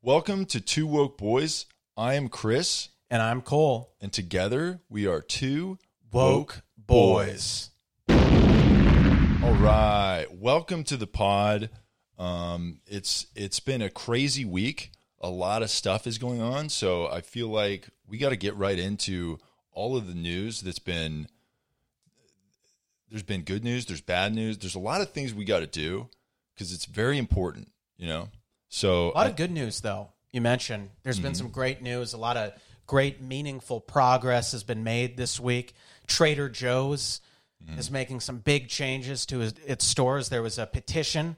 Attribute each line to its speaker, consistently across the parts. Speaker 1: Welcome to Two Woke Boys. I am Chris,
Speaker 2: And I'm Cole.
Speaker 1: and together we are two
Speaker 2: Woke Boys.
Speaker 1: All right, welcome to the pod. Um, it's it's been a crazy week. A lot of stuff is going on, so I feel like we got to get right into all of the news that's been. There's been good news. There's bad news. There's a lot of things we got to do because it's very important, you know. So
Speaker 2: A lot of good news, though, you mentioned. there's been some great news. A lot of great, meaningful progress has been made this week. Trader Joe's is making some big changes to his, its stores. There was a petition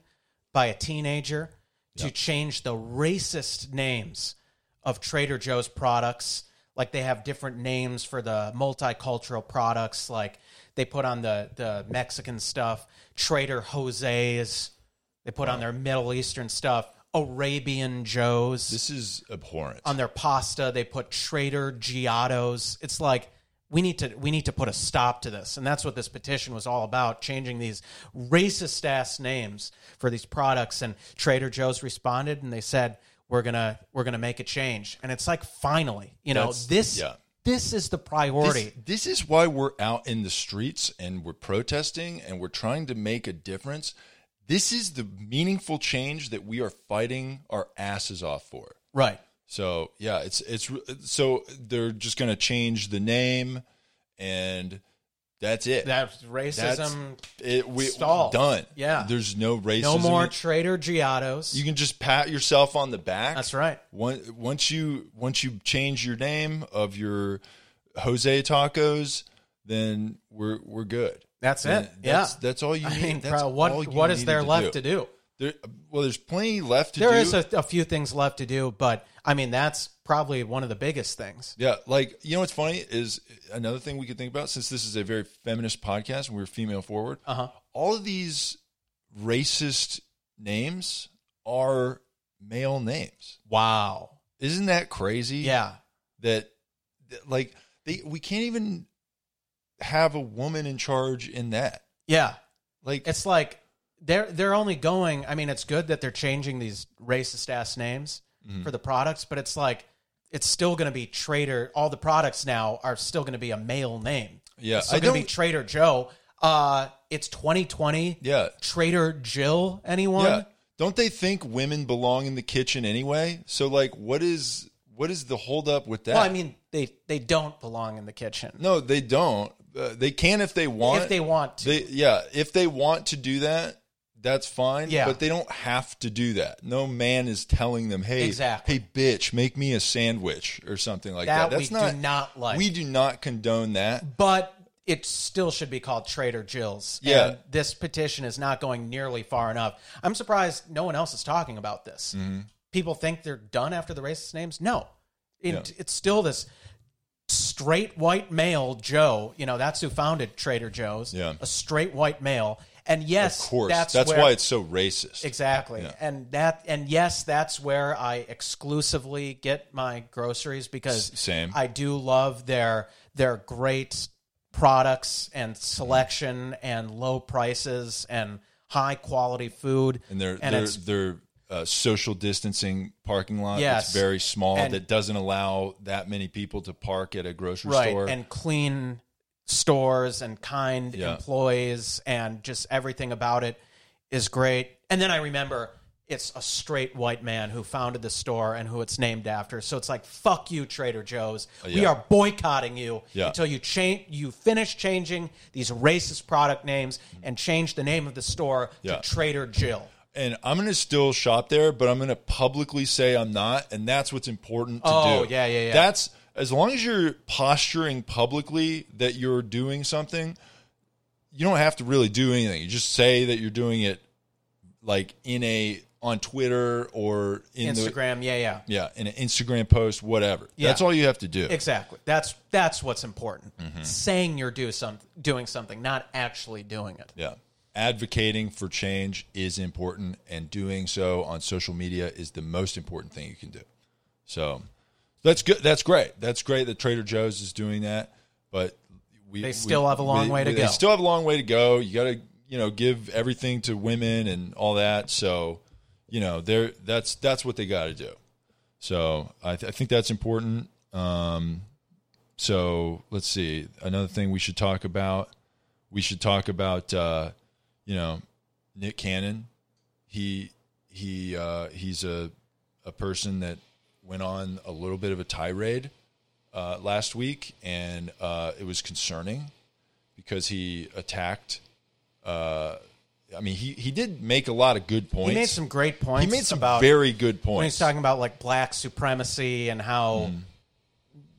Speaker 2: by a teenager to change the racist names of Trader Joe's products. Like they have different names for the multicultural products. Like they put on the, the Mexican stuff, Trader Jose's. They put on their Middle Eastern stuff, Arabian Joe's.
Speaker 1: this is abhorrent.
Speaker 2: on their pasta, they put Trader Giotto's. It's like we need to we need to put a stop to this, and that's what this petition was all about: changing these racist ass names for these products. And Trader Joe's responded, and they said, "We're gonna we're gonna make a change." And it's like, finally, you know,
Speaker 1: That's-
Speaker 2: this
Speaker 1: yeah.
Speaker 2: this is the
Speaker 1: This,
Speaker 2: priority.
Speaker 1: this is why we're out in the streets and we're protesting and we're trying to make a difference. This is the meaningful change that we are fighting our asses off for.
Speaker 2: right?
Speaker 1: So yeah, it's it's re- so they're just going to change the name, and that's it.
Speaker 2: That's racism.
Speaker 1: it we
Speaker 2: stalled.
Speaker 1: done.
Speaker 2: Yeah.
Speaker 1: there's no racism.
Speaker 2: no more Trader Giotto's.
Speaker 1: You can just pat yourself on the back.
Speaker 2: that's right.
Speaker 1: Once once you once you change your name of your Jose Tacos, then we're we're good.
Speaker 2: That's it.
Speaker 1: Then That's,
Speaker 2: yeah.
Speaker 1: that's all you
Speaker 2: I
Speaker 1: need.
Speaker 2: mean,
Speaker 1: that's
Speaker 2: bro,
Speaker 1: all
Speaker 2: what
Speaker 1: you
Speaker 2: what is there
Speaker 1: needed
Speaker 2: left to
Speaker 1: do.
Speaker 2: do?
Speaker 1: There, well, there's plenty left to
Speaker 2: There
Speaker 1: do.
Speaker 2: is a, a few things left to do, but I mean that's probably one of the biggest things.
Speaker 1: yeah, like you know what's funny is another thing we could think about since this is a very feminist podcast and we're female forward.
Speaker 2: Uh-huh.
Speaker 1: All of these racist names are male names.
Speaker 2: Wow.
Speaker 1: Isn't that crazy?
Speaker 2: Yeah.
Speaker 1: that, that, like they we can't even have a woman in charge in that
Speaker 2: Yeah.
Speaker 1: like
Speaker 2: It's like they're they're only going I mean, it's good that they're changing these racist ass names
Speaker 1: Mm-hmm.
Speaker 2: for the products, but it's like it's still gonna be Trader all the products now are still gonna be a male name.
Speaker 1: yeah
Speaker 2: It's
Speaker 1: i
Speaker 2: still gonna
Speaker 1: don't
Speaker 2: be Trader Joe. Uh it's twenty twenty.
Speaker 1: yeah
Speaker 2: Trader Jill, anyone?
Speaker 1: yeah don't they think women belong in the kitchen anyway so like what is what is the holdup with that
Speaker 2: Well, I mean, they they don't belong in the kitchen.
Speaker 1: no they don't uh, they can if they want
Speaker 2: if they want to.
Speaker 1: They- yeah if they want to do that that's fine
Speaker 2: Yeah.
Speaker 1: but they don't have to do that no man is telling them hey
Speaker 2: Exactly.
Speaker 1: hey bitch make me a sandwich or something like that,
Speaker 2: that,
Speaker 1: that's
Speaker 2: we
Speaker 1: not
Speaker 2: do not like.
Speaker 1: we do not condone that
Speaker 2: but it still should be called Trader Jill's.
Speaker 1: Yeah.
Speaker 2: And this petition is not going nearly far enough. I'm surprised no one else is talking about this.
Speaker 1: Mm-hmm.
Speaker 2: People think they're done after the racist names. No, it, it's still this straight white male Joe. You know, that's who founded Trader Joe's.
Speaker 1: Yeah.
Speaker 2: A straight white male. And yes,
Speaker 1: Of course. That's,
Speaker 2: that's, where-
Speaker 1: why it's so racist.
Speaker 2: Exactly. And that and yes, that's where I exclusively get my groceries because
Speaker 1: S- same.
Speaker 2: I do love their their great products
Speaker 1: Mm-hmm.
Speaker 2: and selection and low prices and high quality food.
Speaker 1: and their
Speaker 2: and
Speaker 1: their
Speaker 2: it's-
Speaker 1: their uh, social distancing parking lot
Speaker 2: Yes.
Speaker 1: that's very small
Speaker 2: And-
Speaker 1: that doesn't allow that many people to park at a grocery
Speaker 2: right
Speaker 1: store.
Speaker 2: and clean stores and kind
Speaker 1: Yeah.
Speaker 2: employees and just everything about it is great and then i remember it's a straight white man who founded the store and who it's named after so it's like fuck you trader joe's we
Speaker 1: Uh, yeah.
Speaker 2: are boycotting you
Speaker 1: Yeah.
Speaker 2: until you change you finish changing these racist product names and change the name of the store
Speaker 1: Yeah.
Speaker 2: to trader jill
Speaker 1: and I'm going to still shop there, but I'm going to publicly say I'm not, and that's what's important to do.
Speaker 2: Oh, yeah, yeah, yeah.
Speaker 1: That's as long as you're posturing publicly that you're doing something, you don't have to really do anything. You just say that you're doing it like in a on Twitter or in the
Speaker 2: instagram yeah yeah
Speaker 1: Yeah, in an Instagram post, whatever.
Speaker 2: Yeah.
Speaker 1: That's all you have to do.
Speaker 2: Exactly. That's that's what's important.
Speaker 1: Mm-hmm.
Speaker 2: Saying you're do some, doing something, not actually doing it.
Speaker 1: yeah. Advocating for change is important, and doing so on social media is the most important thing you can do. So that's good. That's great. That's great that Trader Joe's is doing that, but we
Speaker 2: They still have a long way to
Speaker 1: They
Speaker 2: go.
Speaker 1: still have a long way to go. You got to you know give everything to women and all that. So you know they're that's that's what they got to do. So I, th- I think that's important. Um, so let's see. Another thing we should talk about. We should talk about uh, you know Nick Cannon. He he uh, he's a a person that went on a little bit of a tirade uh, last week, and uh, it was concerning because he attacked. Uh, I mean, he he did make a lot of good points.
Speaker 2: He made some great points.
Speaker 1: He made some
Speaker 2: about
Speaker 1: very good
Speaker 2: when
Speaker 1: points.
Speaker 2: he's
Speaker 1: Hmm.
Speaker 2: talking about like black supremacy and how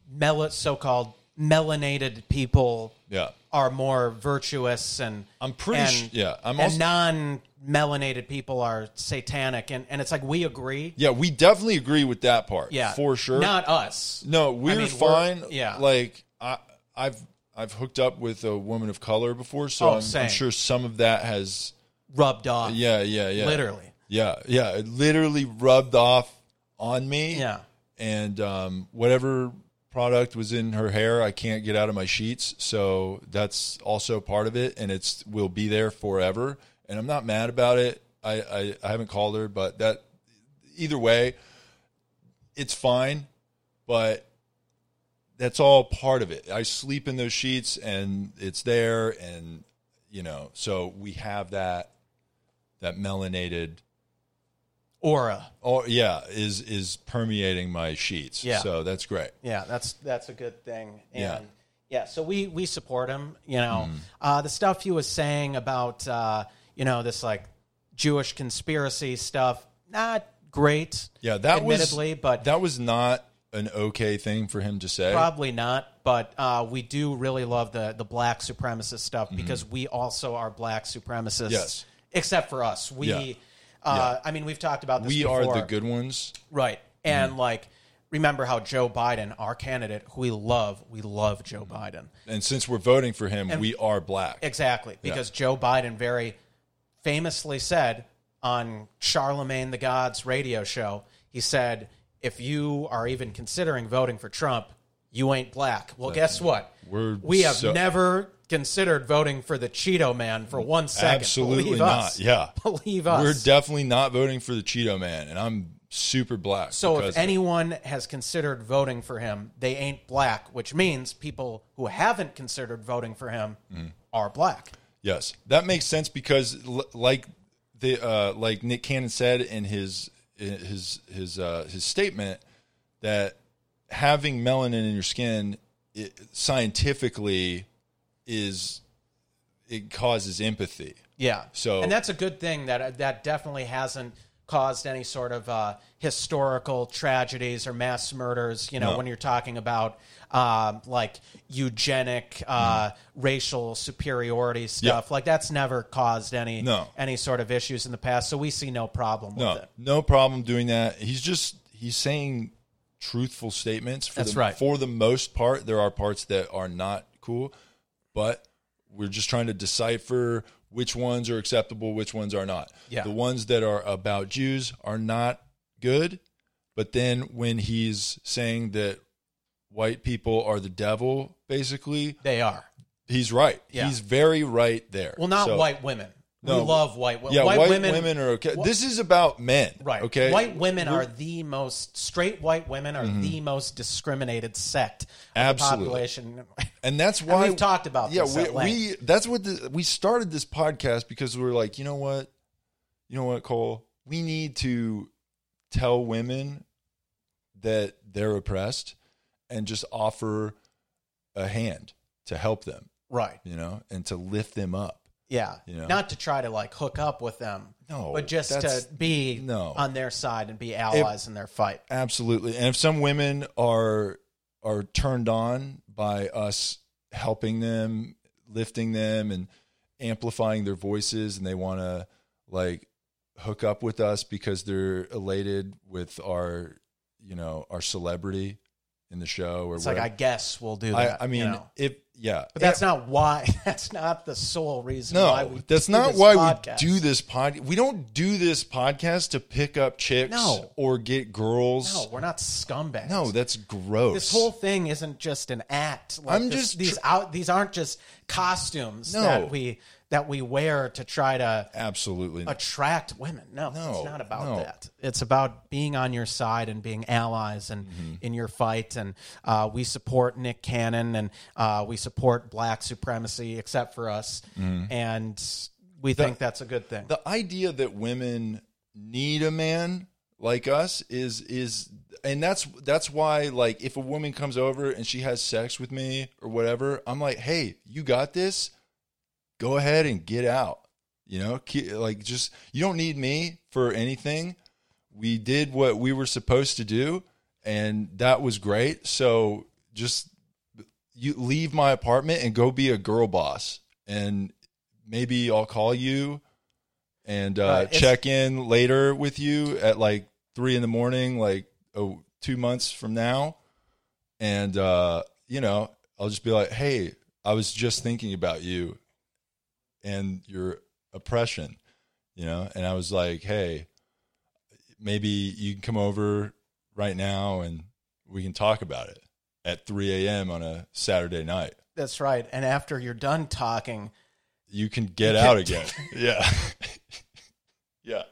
Speaker 2: mel- so-called melanated people
Speaker 1: yeah,
Speaker 2: are more virtuous and
Speaker 1: I'm pretty
Speaker 2: and,
Speaker 1: sh- yeah, I'm
Speaker 2: and
Speaker 1: also-
Speaker 2: non-melanated people are satanic and and it's like we agree
Speaker 1: yeah, we definitely agree with that part.
Speaker 2: yeah
Speaker 1: for sure.
Speaker 2: not us
Speaker 1: No, we're
Speaker 2: mean, we're-
Speaker 1: fine.
Speaker 2: yeah.
Speaker 1: like I, I've I've hooked up with a woman of color before, so
Speaker 2: Oh,
Speaker 1: I'm, I'm
Speaker 2: same.
Speaker 1: sure some of that has.
Speaker 2: rubbed off
Speaker 1: Yeah, yeah, yeah.
Speaker 2: literally
Speaker 1: Yeah, yeah. It literally rubbed off on me.
Speaker 2: yeah
Speaker 1: and um, whatever product was in her hair, I can't get out of my sheets. So that's also part of it, and it's will be there forever. And I'm not mad about it. I I, I haven't called her, but that either way, it's fine. But that's all part of it. I sleep in those sheets, and it's there, and you know, so we have that that melanated
Speaker 2: aura
Speaker 1: Oh yeah, is is permeating my sheets.
Speaker 2: Yeah.
Speaker 1: So that's great.
Speaker 2: Yeah, that's that's a good thing. And
Speaker 1: Yeah. Mm-hmm.
Speaker 2: yeah. so we we support him, you know. Uh the stuff he was saying about uh, you know, this like Jewish conspiracy stuff, not great.
Speaker 1: Yeah, that
Speaker 2: admittedly,
Speaker 1: was
Speaker 2: but
Speaker 1: that was not an okay thing for him to say.
Speaker 2: probably not. But uh, we do really love the the black supremacist stuff because we also are black supremacists.
Speaker 1: Mm-hmm. Yes.
Speaker 2: Except for us. We
Speaker 1: Yeah.
Speaker 2: Uh, I mean we've talked about this
Speaker 1: we
Speaker 2: before.
Speaker 1: are the good Mm-hmm. ones.
Speaker 2: Right. And like remember how Joe Biden, our candidate, who we love, we love Joe Biden.
Speaker 1: And since we're voting for him, we are black.
Speaker 2: Exactly, because Joe Biden very famously said on Charlemagne the God's radio show, he said, "If you are even considering voting for Trump, you ain't black." Well, guess what?
Speaker 1: We're
Speaker 2: we have
Speaker 1: so-
Speaker 2: never considered voting for the Cheeto Man for one second.
Speaker 1: Absolutely
Speaker 2: Believe
Speaker 1: not.
Speaker 2: us.
Speaker 1: Yeah.
Speaker 2: believe us.
Speaker 1: We're definitely not voting for the Cheeto man, and I'm super black.
Speaker 2: so
Speaker 1: because-
Speaker 2: if anyone has considered voting for him, they ain't black, which means people who haven't considered voting for him
Speaker 1: Mm.
Speaker 2: are black.
Speaker 1: Yes, that makes sense because, l- like the uh, like Nick Cannon said in his in his his uh, his statement that having melanin in your skin it, scientifically is it causes empathy.
Speaker 2: Yeah.
Speaker 1: So-
Speaker 2: and that's a good thing that uh, that definitely hasn't caused any sort of uh, historical tragedies or mass murders. You know,
Speaker 1: No.
Speaker 2: when you're talking about um, like eugenic, uh,
Speaker 1: Mm-hmm.
Speaker 2: racial superiority stuff, like that's never caused any
Speaker 1: No.
Speaker 2: any sort of issues in the past. So we see no problem
Speaker 1: No,
Speaker 2: with it.
Speaker 1: no problem doing that. He's just he's saying truthful statements. For
Speaker 2: That's
Speaker 1: the,
Speaker 2: right.
Speaker 1: For the most part, there are parts that are not cool, but we're just trying to decipher which ones are acceptable, which ones are not.
Speaker 2: Yeah.
Speaker 1: The ones that are about Jews are not good, but then when he's saying that white people are the devil, basically,
Speaker 2: They are
Speaker 1: he's right.
Speaker 2: Yeah.
Speaker 1: He's very right there.
Speaker 2: well, not
Speaker 1: So-
Speaker 2: white women.
Speaker 1: No.
Speaker 2: we love white women.
Speaker 1: Yeah,
Speaker 2: white,
Speaker 1: women,
Speaker 2: women,
Speaker 1: are okay. this is about men.
Speaker 2: Right.
Speaker 1: Okay. Mm-hmm.
Speaker 2: White women are the most straight. White women are the most discriminated sect of
Speaker 1: Absolutely.
Speaker 2: the population.
Speaker 1: And that's why
Speaker 2: we've talked about
Speaker 1: yeah,
Speaker 2: this
Speaker 1: we,
Speaker 2: at length.
Speaker 1: we that's what the, we started this podcast because we were like, you know what, you know what, Cole, we need to tell women that they're oppressed and just offer a hand to help them,
Speaker 2: Right.
Speaker 1: you know, and to lift them up.
Speaker 2: Yeah.
Speaker 1: You know?
Speaker 2: Not to try to like hook up with them.
Speaker 1: No,
Speaker 2: But just
Speaker 1: Oh, that's-
Speaker 2: to be
Speaker 1: no.
Speaker 2: on their side and be allies in their fight.
Speaker 1: Absolutely. And if some women are are turned on by us helping them, lifting them and amplifying their voices and they want to like hook up with us because they're elated with our, you know, our celebrity in the show or
Speaker 2: It's like I
Speaker 1: whatever.
Speaker 2: guess we'll do
Speaker 1: I,
Speaker 2: that.
Speaker 1: I mean,
Speaker 2: you know?
Speaker 1: if yeah.
Speaker 2: but that's not why. That's not the sole reason. why
Speaker 1: no,
Speaker 2: we
Speaker 1: that's
Speaker 2: do
Speaker 1: not
Speaker 2: this
Speaker 1: why
Speaker 2: podcast.
Speaker 1: we do this pod. We don't do this podcast to pick up chicks
Speaker 2: No.
Speaker 1: or get girls.
Speaker 2: No, we're not scumbags.
Speaker 1: No, that's gross.
Speaker 2: this whole thing isn't just an act. Like
Speaker 1: I'm
Speaker 2: this-
Speaker 1: just tr-
Speaker 2: these out. These aren't just costumes
Speaker 1: No.
Speaker 2: that we that we wear to try to
Speaker 1: Absolutely.
Speaker 2: attract women. No,
Speaker 1: No,
Speaker 2: it's not about
Speaker 1: no.
Speaker 2: that. It's about being on your side and being allies and
Speaker 1: Mm-hmm.
Speaker 2: in your fight. And uh, we support Nick Cannon and uh, we support black supremacy, except for us. And we think that's a good thing.
Speaker 1: Mm-hmm. the idea that women need a man like us is is and that's that's why like if a woman comes over and she has sex with me or whatever i'm like hey you got this go ahead and get out you know Ke- like just you don't need me for anything we did what we were supposed to do and that was great so just you leave my apartment and go be a girl boss and maybe i'll call you and uh,
Speaker 2: Right, it's-
Speaker 1: check in later with you at like three in the morning like oh, two months from now and uh, you know i'll just be like hey i was just thinking about you and your oppression you know and i was like hey maybe you can come over right now and we can talk about it at 3 a.m on a saturday night
Speaker 2: That's right. And after you're done talking,
Speaker 1: you can get out again yeah yeah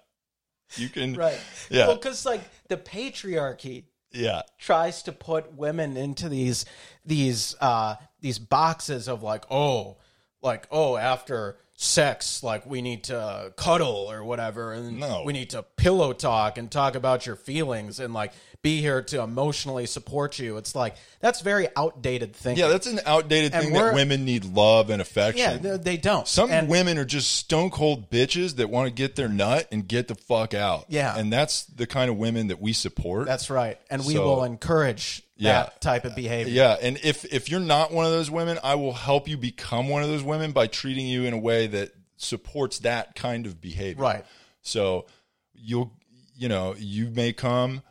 Speaker 1: you can
Speaker 2: right?
Speaker 1: Yeah.
Speaker 2: Well, because like the patriarchy
Speaker 1: yeah
Speaker 2: tries to put women into these these uh these boxes of like oh like oh after sex like we need to cuddle or whatever and
Speaker 1: No.
Speaker 2: we need to pillow talk and talk about your feelings and like be here to emotionally support you it's like that's very outdated thinking
Speaker 1: yeah that's an outdated
Speaker 2: And
Speaker 1: thing that
Speaker 2: we're-
Speaker 1: women need love and
Speaker 2: yeah
Speaker 1: affection
Speaker 2: no, they don't
Speaker 1: some
Speaker 2: And-
Speaker 1: women are just stone cold bitches that want to get their nut and get the fuck out
Speaker 2: Yeah.
Speaker 1: and that's the kind of women that we support
Speaker 2: that's right and we
Speaker 1: So-
Speaker 2: will encourage
Speaker 1: Yeah.
Speaker 2: that type of behavior
Speaker 1: Yeah, and if if you're not one of those women, I will help you become one of those women by treating you in a way that supports that kind of behavior.
Speaker 2: right
Speaker 1: So you'll you know, you may come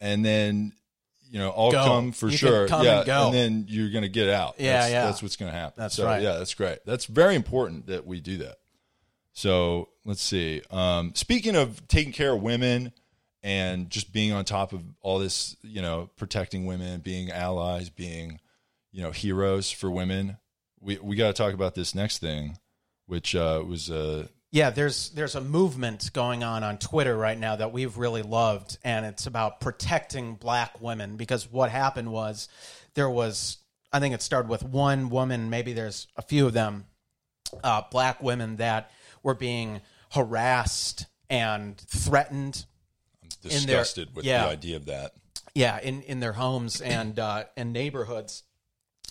Speaker 1: and then you know, I'll
Speaker 2: Go.
Speaker 1: come for
Speaker 2: You can
Speaker 1: sure.
Speaker 2: come
Speaker 1: yeah,
Speaker 2: and go.
Speaker 1: then you're gonna get out.
Speaker 2: Yeah,
Speaker 1: that's,
Speaker 2: yeah.
Speaker 1: that's what's gonna happen.
Speaker 2: That's
Speaker 1: so,
Speaker 2: right.
Speaker 1: Yeah, that's great. That's very important that we do that. So let's see. Um, speaking of taking care of women and just being on top of all this, you know, protecting women, being allies, being, you know, heroes for women, we, we got to talk about this next thing, which uh, was uh,
Speaker 2: Yeah, there's there's a movement going on on Twitter right now that we've really loved, and it's about protecting black women because what happened was there was I think it started with one woman, maybe there's a few of them, uh, black women that were being harassed and threatened their-
Speaker 1: disgusted with
Speaker 2: yeah.
Speaker 1: the idea of that.
Speaker 2: yeah in in their homes and uh and neighborhoods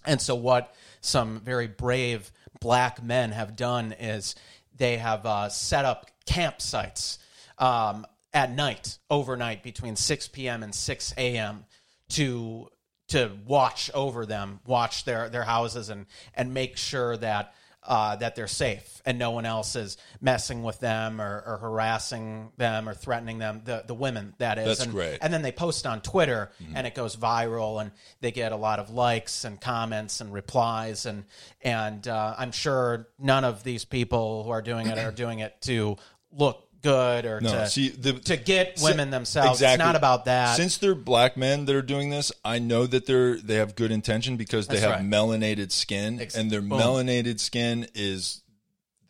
Speaker 2: and so what some very brave black men have done is they have uh, set up campsites um, at night overnight between 6 p.m and 6 a.m to to watch over them watch their their houses and and make sure that uh, that they're safe and no one else is messing with them or, or harassing them or threatening them the the women that is
Speaker 1: That's
Speaker 2: and,
Speaker 1: great.
Speaker 2: and then they post on Twitter
Speaker 1: Mm-hmm.
Speaker 2: and it goes viral and they get a lot of likes and comments and replies and and uh, I'm sure none of these people who are doing it are doing it to look good or
Speaker 1: No,
Speaker 2: to
Speaker 1: see, the,
Speaker 2: to get women themselves. It's
Speaker 1: Exactly.
Speaker 2: not about that.
Speaker 1: Since they're black men that are doing this, I know that they're they have good intention because they
Speaker 2: That's
Speaker 1: have
Speaker 2: right.
Speaker 1: melanated skin,
Speaker 2: Ex-
Speaker 1: and their
Speaker 2: boom.
Speaker 1: melanated skin is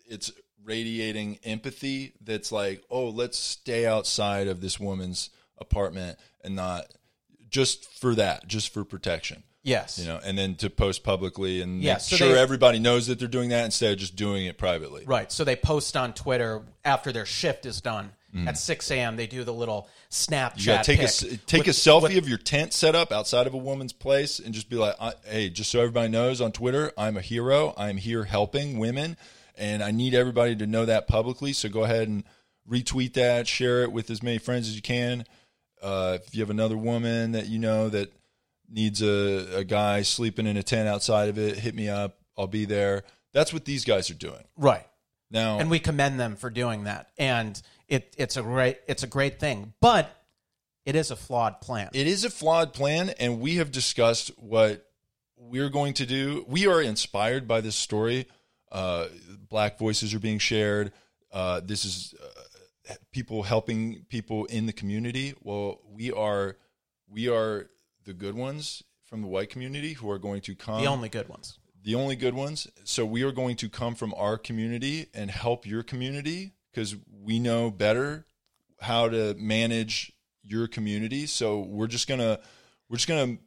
Speaker 1: it's radiating empathy. That's like, oh, let's stay outside of this woman's apartment and not just for that, just for protection.
Speaker 2: yes.
Speaker 1: You know, and then to post publicly and
Speaker 2: Yeah,
Speaker 1: make
Speaker 2: so
Speaker 1: sure
Speaker 2: they-
Speaker 1: everybody knows that they're doing that instead of just doing it privately.
Speaker 2: Right. So they post on Twitter after their shift is done at 6 a.m. They do the little Snapchat.
Speaker 1: Mm. You gotta take a
Speaker 2: pic
Speaker 1: s- take a selfie of your tent setup outside of a woman's place and just be like, I, "Hey, just so everybody knows on Twitter, I'm a hero. I'm here helping women, and I need everybody to know that publicly. So go ahead and retweet that, share it with as many friends as you can. Uh, if you have another woman that you know that needs a, a guy sleeping in a tent outside of it, hit me up. I'll be there. That's what these guys are doing
Speaker 2: right.
Speaker 1: now.
Speaker 2: and we commend them for doing that. And it, it's a great it's a great thing, but it is a flawed plan.
Speaker 1: it is a flawed plan and we have discussed what we're going to do we are inspired by this story uh, black voices are being shared uh, this is uh, people helping people in the community well we are we are the good ones from the white community who are going to come
Speaker 2: the only good ones.
Speaker 1: the only good ones. So we are going to come from our community and help your community because we know better how to manage your community. So we're just gonna we're just gonna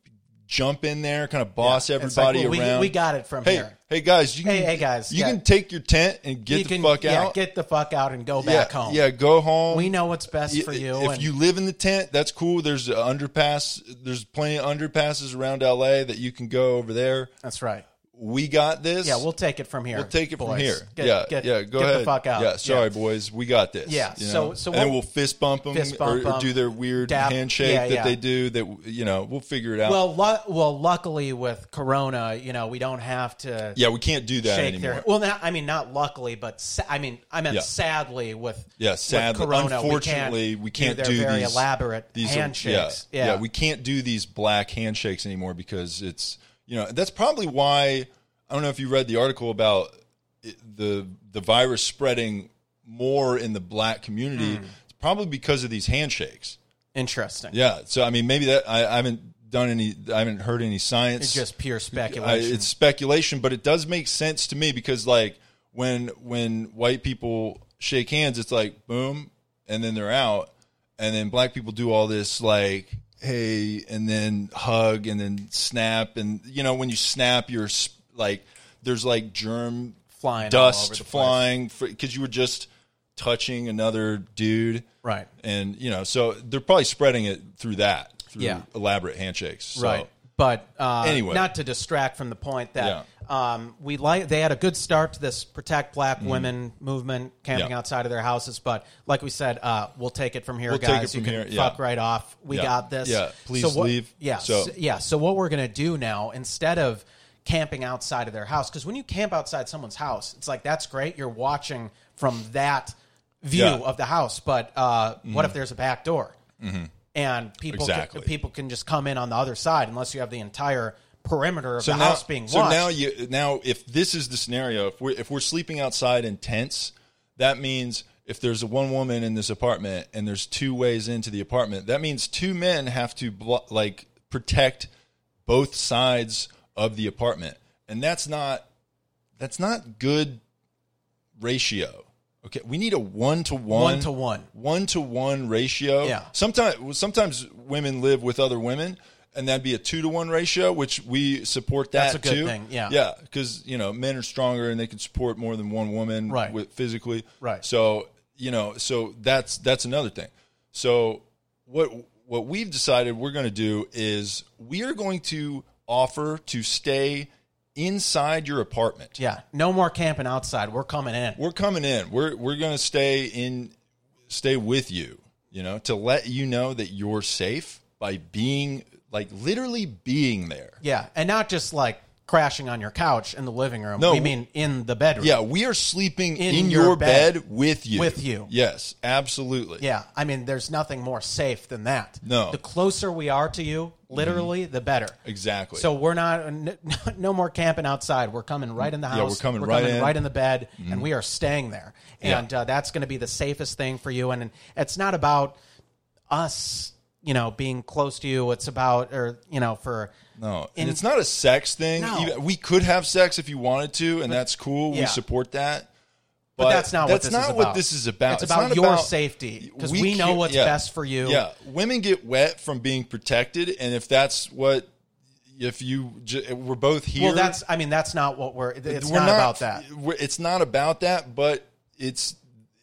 Speaker 1: jump in there, kind of boss
Speaker 2: Yeah, it's like,
Speaker 1: everybody
Speaker 2: well,
Speaker 1: around.
Speaker 2: We, we got it from
Speaker 1: hey,
Speaker 2: here.
Speaker 1: hey guys, you can,
Speaker 2: Hey, hey, guys,
Speaker 1: you
Speaker 2: yeah.
Speaker 1: can take your tent and get
Speaker 2: you
Speaker 1: the
Speaker 2: can
Speaker 1: fuck
Speaker 2: yeah,
Speaker 1: out.
Speaker 2: get the fuck out and go
Speaker 1: yeah,
Speaker 2: back home.
Speaker 1: yeah, go home.
Speaker 2: we know what's best for
Speaker 1: I-
Speaker 2: you.
Speaker 1: If
Speaker 2: and
Speaker 1: you live in the tent, that's cool. There's a underpass. There's plenty of underpasses around LA that you can go over there.
Speaker 2: that's right.
Speaker 1: We got this.
Speaker 2: Yeah, we'll take it from here.
Speaker 1: We'll take it from
Speaker 2: boys.
Speaker 1: here.
Speaker 2: Get,
Speaker 1: yeah,
Speaker 2: get,
Speaker 1: yeah. Go
Speaker 2: get
Speaker 1: ahead.
Speaker 2: the fuck out.
Speaker 1: Yeah, sorry, boys. We got this.
Speaker 2: Yeah,
Speaker 1: you
Speaker 2: so-
Speaker 1: know?
Speaker 2: so
Speaker 1: and then
Speaker 2: what-
Speaker 1: we'll fist bump them
Speaker 2: Fist bump
Speaker 1: or, or
Speaker 2: 'em,
Speaker 1: do their weird
Speaker 2: dap-
Speaker 1: handshake
Speaker 2: yeah,
Speaker 1: that
Speaker 2: yeah.
Speaker 1: they do. That you know, we'll figure it out.
Speaker 2: Well, lu- well, luckily with Corona, you know, we don't have to
Speaker 1: yeah, we can't do that
Speaker 2: shake
Speaker 1: anymore.
Speaker 2: their. Well, not, I mean, not luckily, but sa- I mean, I meant
Speaker 1: Yeah.
Speaker 2: sadly with
Speaker 1: Yeah,
Speaker 2: with
Speaker 1: sadly.
Speaker 2: Corona,
Speaker 1: Unfortunately, we
Speaker 2: we
Speaker 1: can't
Speaker 2: can't their
Speaker 1: do
Speaker 2: very
Speaker 1: these-
Speaker 2: elaborate
Speaker 1: These are-
Speaker 2: handshakes.
Speaker 1: yeah, we can't do these black handshakes anymore because it's you know that's probably why I don't know if you read the article about it- the the virus spreading more in the black community.
Speaker 2: Hmm.
Speaker 1: It's probably because of these handshakes.
Speaker 2: interesting.
Speaker 1: Yeah. So I mean, maybe that I, I haven't done any. I haven't heard any science.
Speaker 2: It's just pure
Speaker 1: I,
Speaker 2: speculation.
Speaker 1: it's speculation, but it does make sense to me because like when when white people shake hands, it's like boom, and then they're out, and then black people do all this like hey, and then hug, and then snap, and you know when you snap, you're sp- like there's like germ
Speaker 2: flying all over
Speaker 1: dust
Speaker 2: the place.
Speaker 1: flying because you were just touching another dude
Speaker 2: Right.
Speaker 1: and you know so they're probably spreading it through that through
Speaker 2: Yeah.
Speaker 1: elaborate handshakes so,
Speaker 2: Right. But uh,
Speaker 1: Anyway.
Speaker 2: not to distract from the point that um, we like they had a good start to this protect black women movement, camping
Speaker 1: Mm-hmm. Yeah.
Speaker 2: outside of their houses. But like we said, uh, we'll take it from here,
Speaker 1: We'll take
Speaker 2: guys.
Speaker 1: it from
Speaker 2: you can
Speaker 1: here, yeah.
Speaker 2: fuck right off. We
Speaker 1: Yeah.
Speaker 2: got this.
Speaker 1: Yeah, please
Speaker 2: so what,
Speaker 1: leave.
Speaker 2: Yeah,
Speaker 1: So-
Speaker 2: so. yeah. So what we're gonna do now instead of camping outside of their house because when you camp outside someone's house, it's like that's great. You're watching from that view
Speaker 1: Yeah. Mm-hmm.
Speaker 2: of the house, but uh, what if there's a back door? And people people
Speaker 1: Exactly.
Speaker 2: can, people can just come in on the other side unless you have the entire perimeter of
Speaker 1: so
Speaker 2: the
Speaker 1: now,
Speaker 2: house being
Speaker 1: so
Speaker 2: watched.
Speaker 1: now you now if this is the scenario if we're if we're sleeping outside in tents that means if there's a one woman in this apartment and there's two ways into the apartment that means two men have to blo- like protect both sides of the apartment and that's not that's not good ratio okay we need a one to one
Speaker 2: One to one.
Speaker 1: one to one ratio.
Speaker 2: Yeah.
Speaker 1: Sometimes sometimes women live with other women, and that'd be a two to one ratio, which we support that
Speaker 2: That's a good
Speaker 1: too.
Speaker 2: thing, yeah.
Speaker 1: Yeah, because you know men are stronger and they can support more than one woman
Speaker 2: Right.
Speaker 1: with physically.
Speaker 2: Right.
Speaker 1: So you know, so that's that's another thing. So what what we've decided we're going to do is we are going to offer to stay inside your apartment.
Speaker 2: yeah, no more camping outside. We're coming in.
Speaker 1: We're coming in. We're we're gonna stay in, stay with you. You know, to let you know that you're safe by being like literally being there.
Speaker 2: yeah, and not just like crashing on your couch in the living room.
Speaker 1: No,
Speaker 2: we mean in the bedroom.
Speaker 1: Yeah, we are sleeping in,
Speaker 2: In
Speaker 1: your,
Speaker 2: your
Speaker 1: bed,
Speaker 2: bed.
Speaker 1: with you.
Speaker 2: With you.
Speaker 1: Yes, absolutely.
Speaker 2: Yeah, I mean, there's nothing more safe than that.
Speaker 1: No. Mm-hmm.
Speaker 2: the closer we are to you, literally, the better.
Speaker 1: Exactly.
Speaker 2: So we're not n- no more camping outside. We're coming right in the house.
Speaker 1: we're coming right in. Mm-hmm.
Speaker 2: the bed, and we are staying there. And uh, that's going to be the safest thing for you. And, and it's not about us, you know, being close to you. It's about or you know for
Speaker 1: no, and
Speaker 2: in-
Speaker 1: it's not a sex thing.
Speaker 2: No.
Speaker 1: Even- we could have sex if you wanted to, and that's cool. We
Speaker 2: yeah.
Speaker 1: support that.
Speaker 2: But, that's not what
Speaker 1: that's
Speaker 2: this
Speaker 1: not
Speaker 2: is
Speaker 1: what
Speaker 2: about.
Speaker 1: this is about.
Speaker 2: It's,
Speaker 1: It's
Speaker 2: about
Speaker 1: not
Speaker 2: your
Speaker 1: about-
Speaker 2: safety because we, know
Speaker 1: can't-
Speaker 2: what's
Speaker 1: yeah.
Speaker 2: best for you.
Speaker 1: Yeah, women get wet from being protected, and if that's what, if you j- we're both here,
Speaker 2: Well, that's I mean that's not what we're. It's
Speaker 1: we're
Speaker 2: not, about that.
Speaker 1: we're- It's not about that, but it's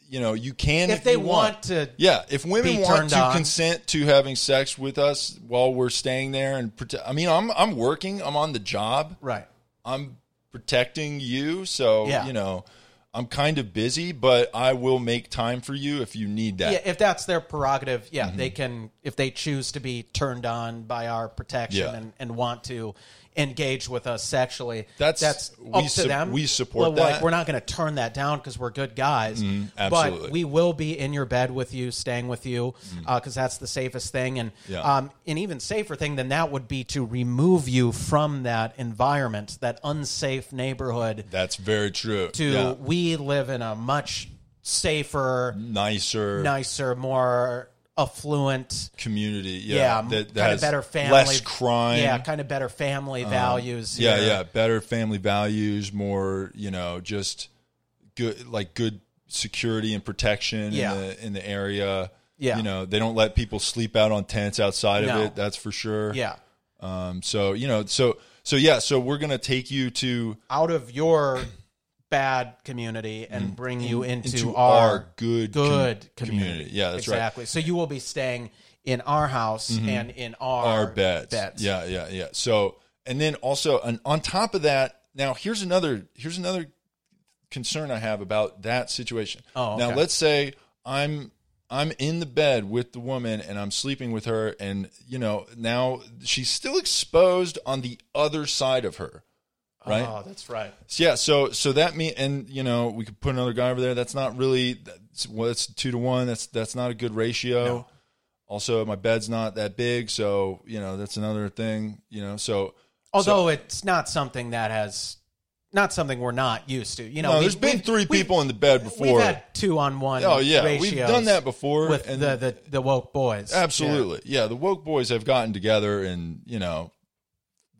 Speaker 1: you know you can
Speaker 2: If
Speaker 1: if,
Speaker 2: they
Speaker 1: you want.
Speaker 2: want to
Speaker 1: Yeah, if women
Speaker 2: be
Speaker 1: want
Speaker 2: turned
Speaker 1: to
Speaker 2: on.
Speaker 1: consent to having sex with us while we're staying there, and prote- I mean, I'm I'm working, I'm on the job,
Speaker 2: Right.
Speaker 1: I'm protecting you, so
Speaker 2: Yeah.
Speaker 1: you know. I'm kind of busy, but I will make time for you if you need that.
Speaker 2: Yeah, if that's their prerogative, yeah,
Speaker 1: Mm-hmm.
Speaker 2: they can if they choose to be turned on by our protection
Speaker 1: Yeah.
Speaker 2: and, and want to engage with us sexually.
Speaker 1: That's-
Speaker 2: that's
Speaker 1: we
Speaker 2: up to
Speaker 1: sup-
Speaker 2: them.
Speaker 1: we support
Speaker 2: But, like,
Speaker 1: that. Mm-hmm.
Speaker 2: we're not going to turn that down because we're good guys.
Speaker 1: absolutely. Mm-hmm.
Speaker 2: But we will be in your bed with you, staying with you, because that's the safest thing. And
Speaker 1: Yeah.
Speaker 2: um, an even safer thing than that would be to remove you from that environment, that unsafe neighborhood.
Speaker 1: That's very true.
Speaker 2: To
Speaker 1: Yeah.
Speaker 2: we live in a much safer
Speaker 1: nicer.
Speaker 2: nicer, more affluent,
Speaker 1: community.
Speaker 2: yeah,
Speaker 1: Yeah,
Speaker 2: m-
Speaker 1: that, that
Speaker 2: kind of
Speaker 1: has
Speaker 2: better family,
Speaker 1: less crime. Uh-huh.
Speaker 2: yeah, kind of better family values.
Speaker 1: yeah,
Speaker 2: here.
Speaker 1: yeah, better family values, more you know, just good like good security and protection
Speaker 2: Yeah.
Speaker 1: in the in the area.
Speaker 2: Yeah.
Speaker 1: you know, they don't let people sleep out on tents outside
Speaker 2: No.
Speaker 1: of it. That's for sure.
Speaker 2: yeah.
Speaker 1: Um. So you know, so so yeah, so we're gonna take you to
Speaker 2: Out of your bad community and bring you into,
Speaker 1: Mm. into
Speaker 2: our,
Speaker 1: our good com-
Speaker 2: good community.
Speaker 1: Yeah, that's right. Mm-hmm.
Speaker 2: exactly. So you will be staying in our house and in our,
Speaker 1: our bets.
Speaker 2: beds.
Speaker 1: Yeah, yeah, yeah. So, and then also, and on top of that, now here's another here's another concern I have about that situation.
Speaker 2: Oh,
Speaker 1: now
Speaker 2: okay.
Speaker 1: let's say I'm I'm in the bed with the woman and I'm sleeping with her, and you know now she's still exposed on the other side of her, right?
Speaker 2: Oh, that's right.
Speaker 1: So, yeah, so so that mean, and you know, we could put another guy over there. That's not really that's well, that's two to one. That's that's not a good ratio.
Speaker 2: No.
Speaker 1: Also, my bed's not that big, so you know that's another thing. You know, so
Speaker 2: Although it's not something that has not something we're not used to. You know,
Speaker 1: no,
Speaker 2: we-
Speaker 1: there's been
Speaker 2: we've-
Speaker 1: three
Speaker 2: we've-
Speaker 1: people in the bed before.
Speaker 2: We've had two on one.
Speaker 1: oh yeah, we've
Speaker 2: ratios
Speaker 1: done that before.
Speaker 2: with
Speaker 1: and
Speaker 2: the, the the woke boys.
Speaker 1: absolutely, yeah. the woke boys have gotten together and you know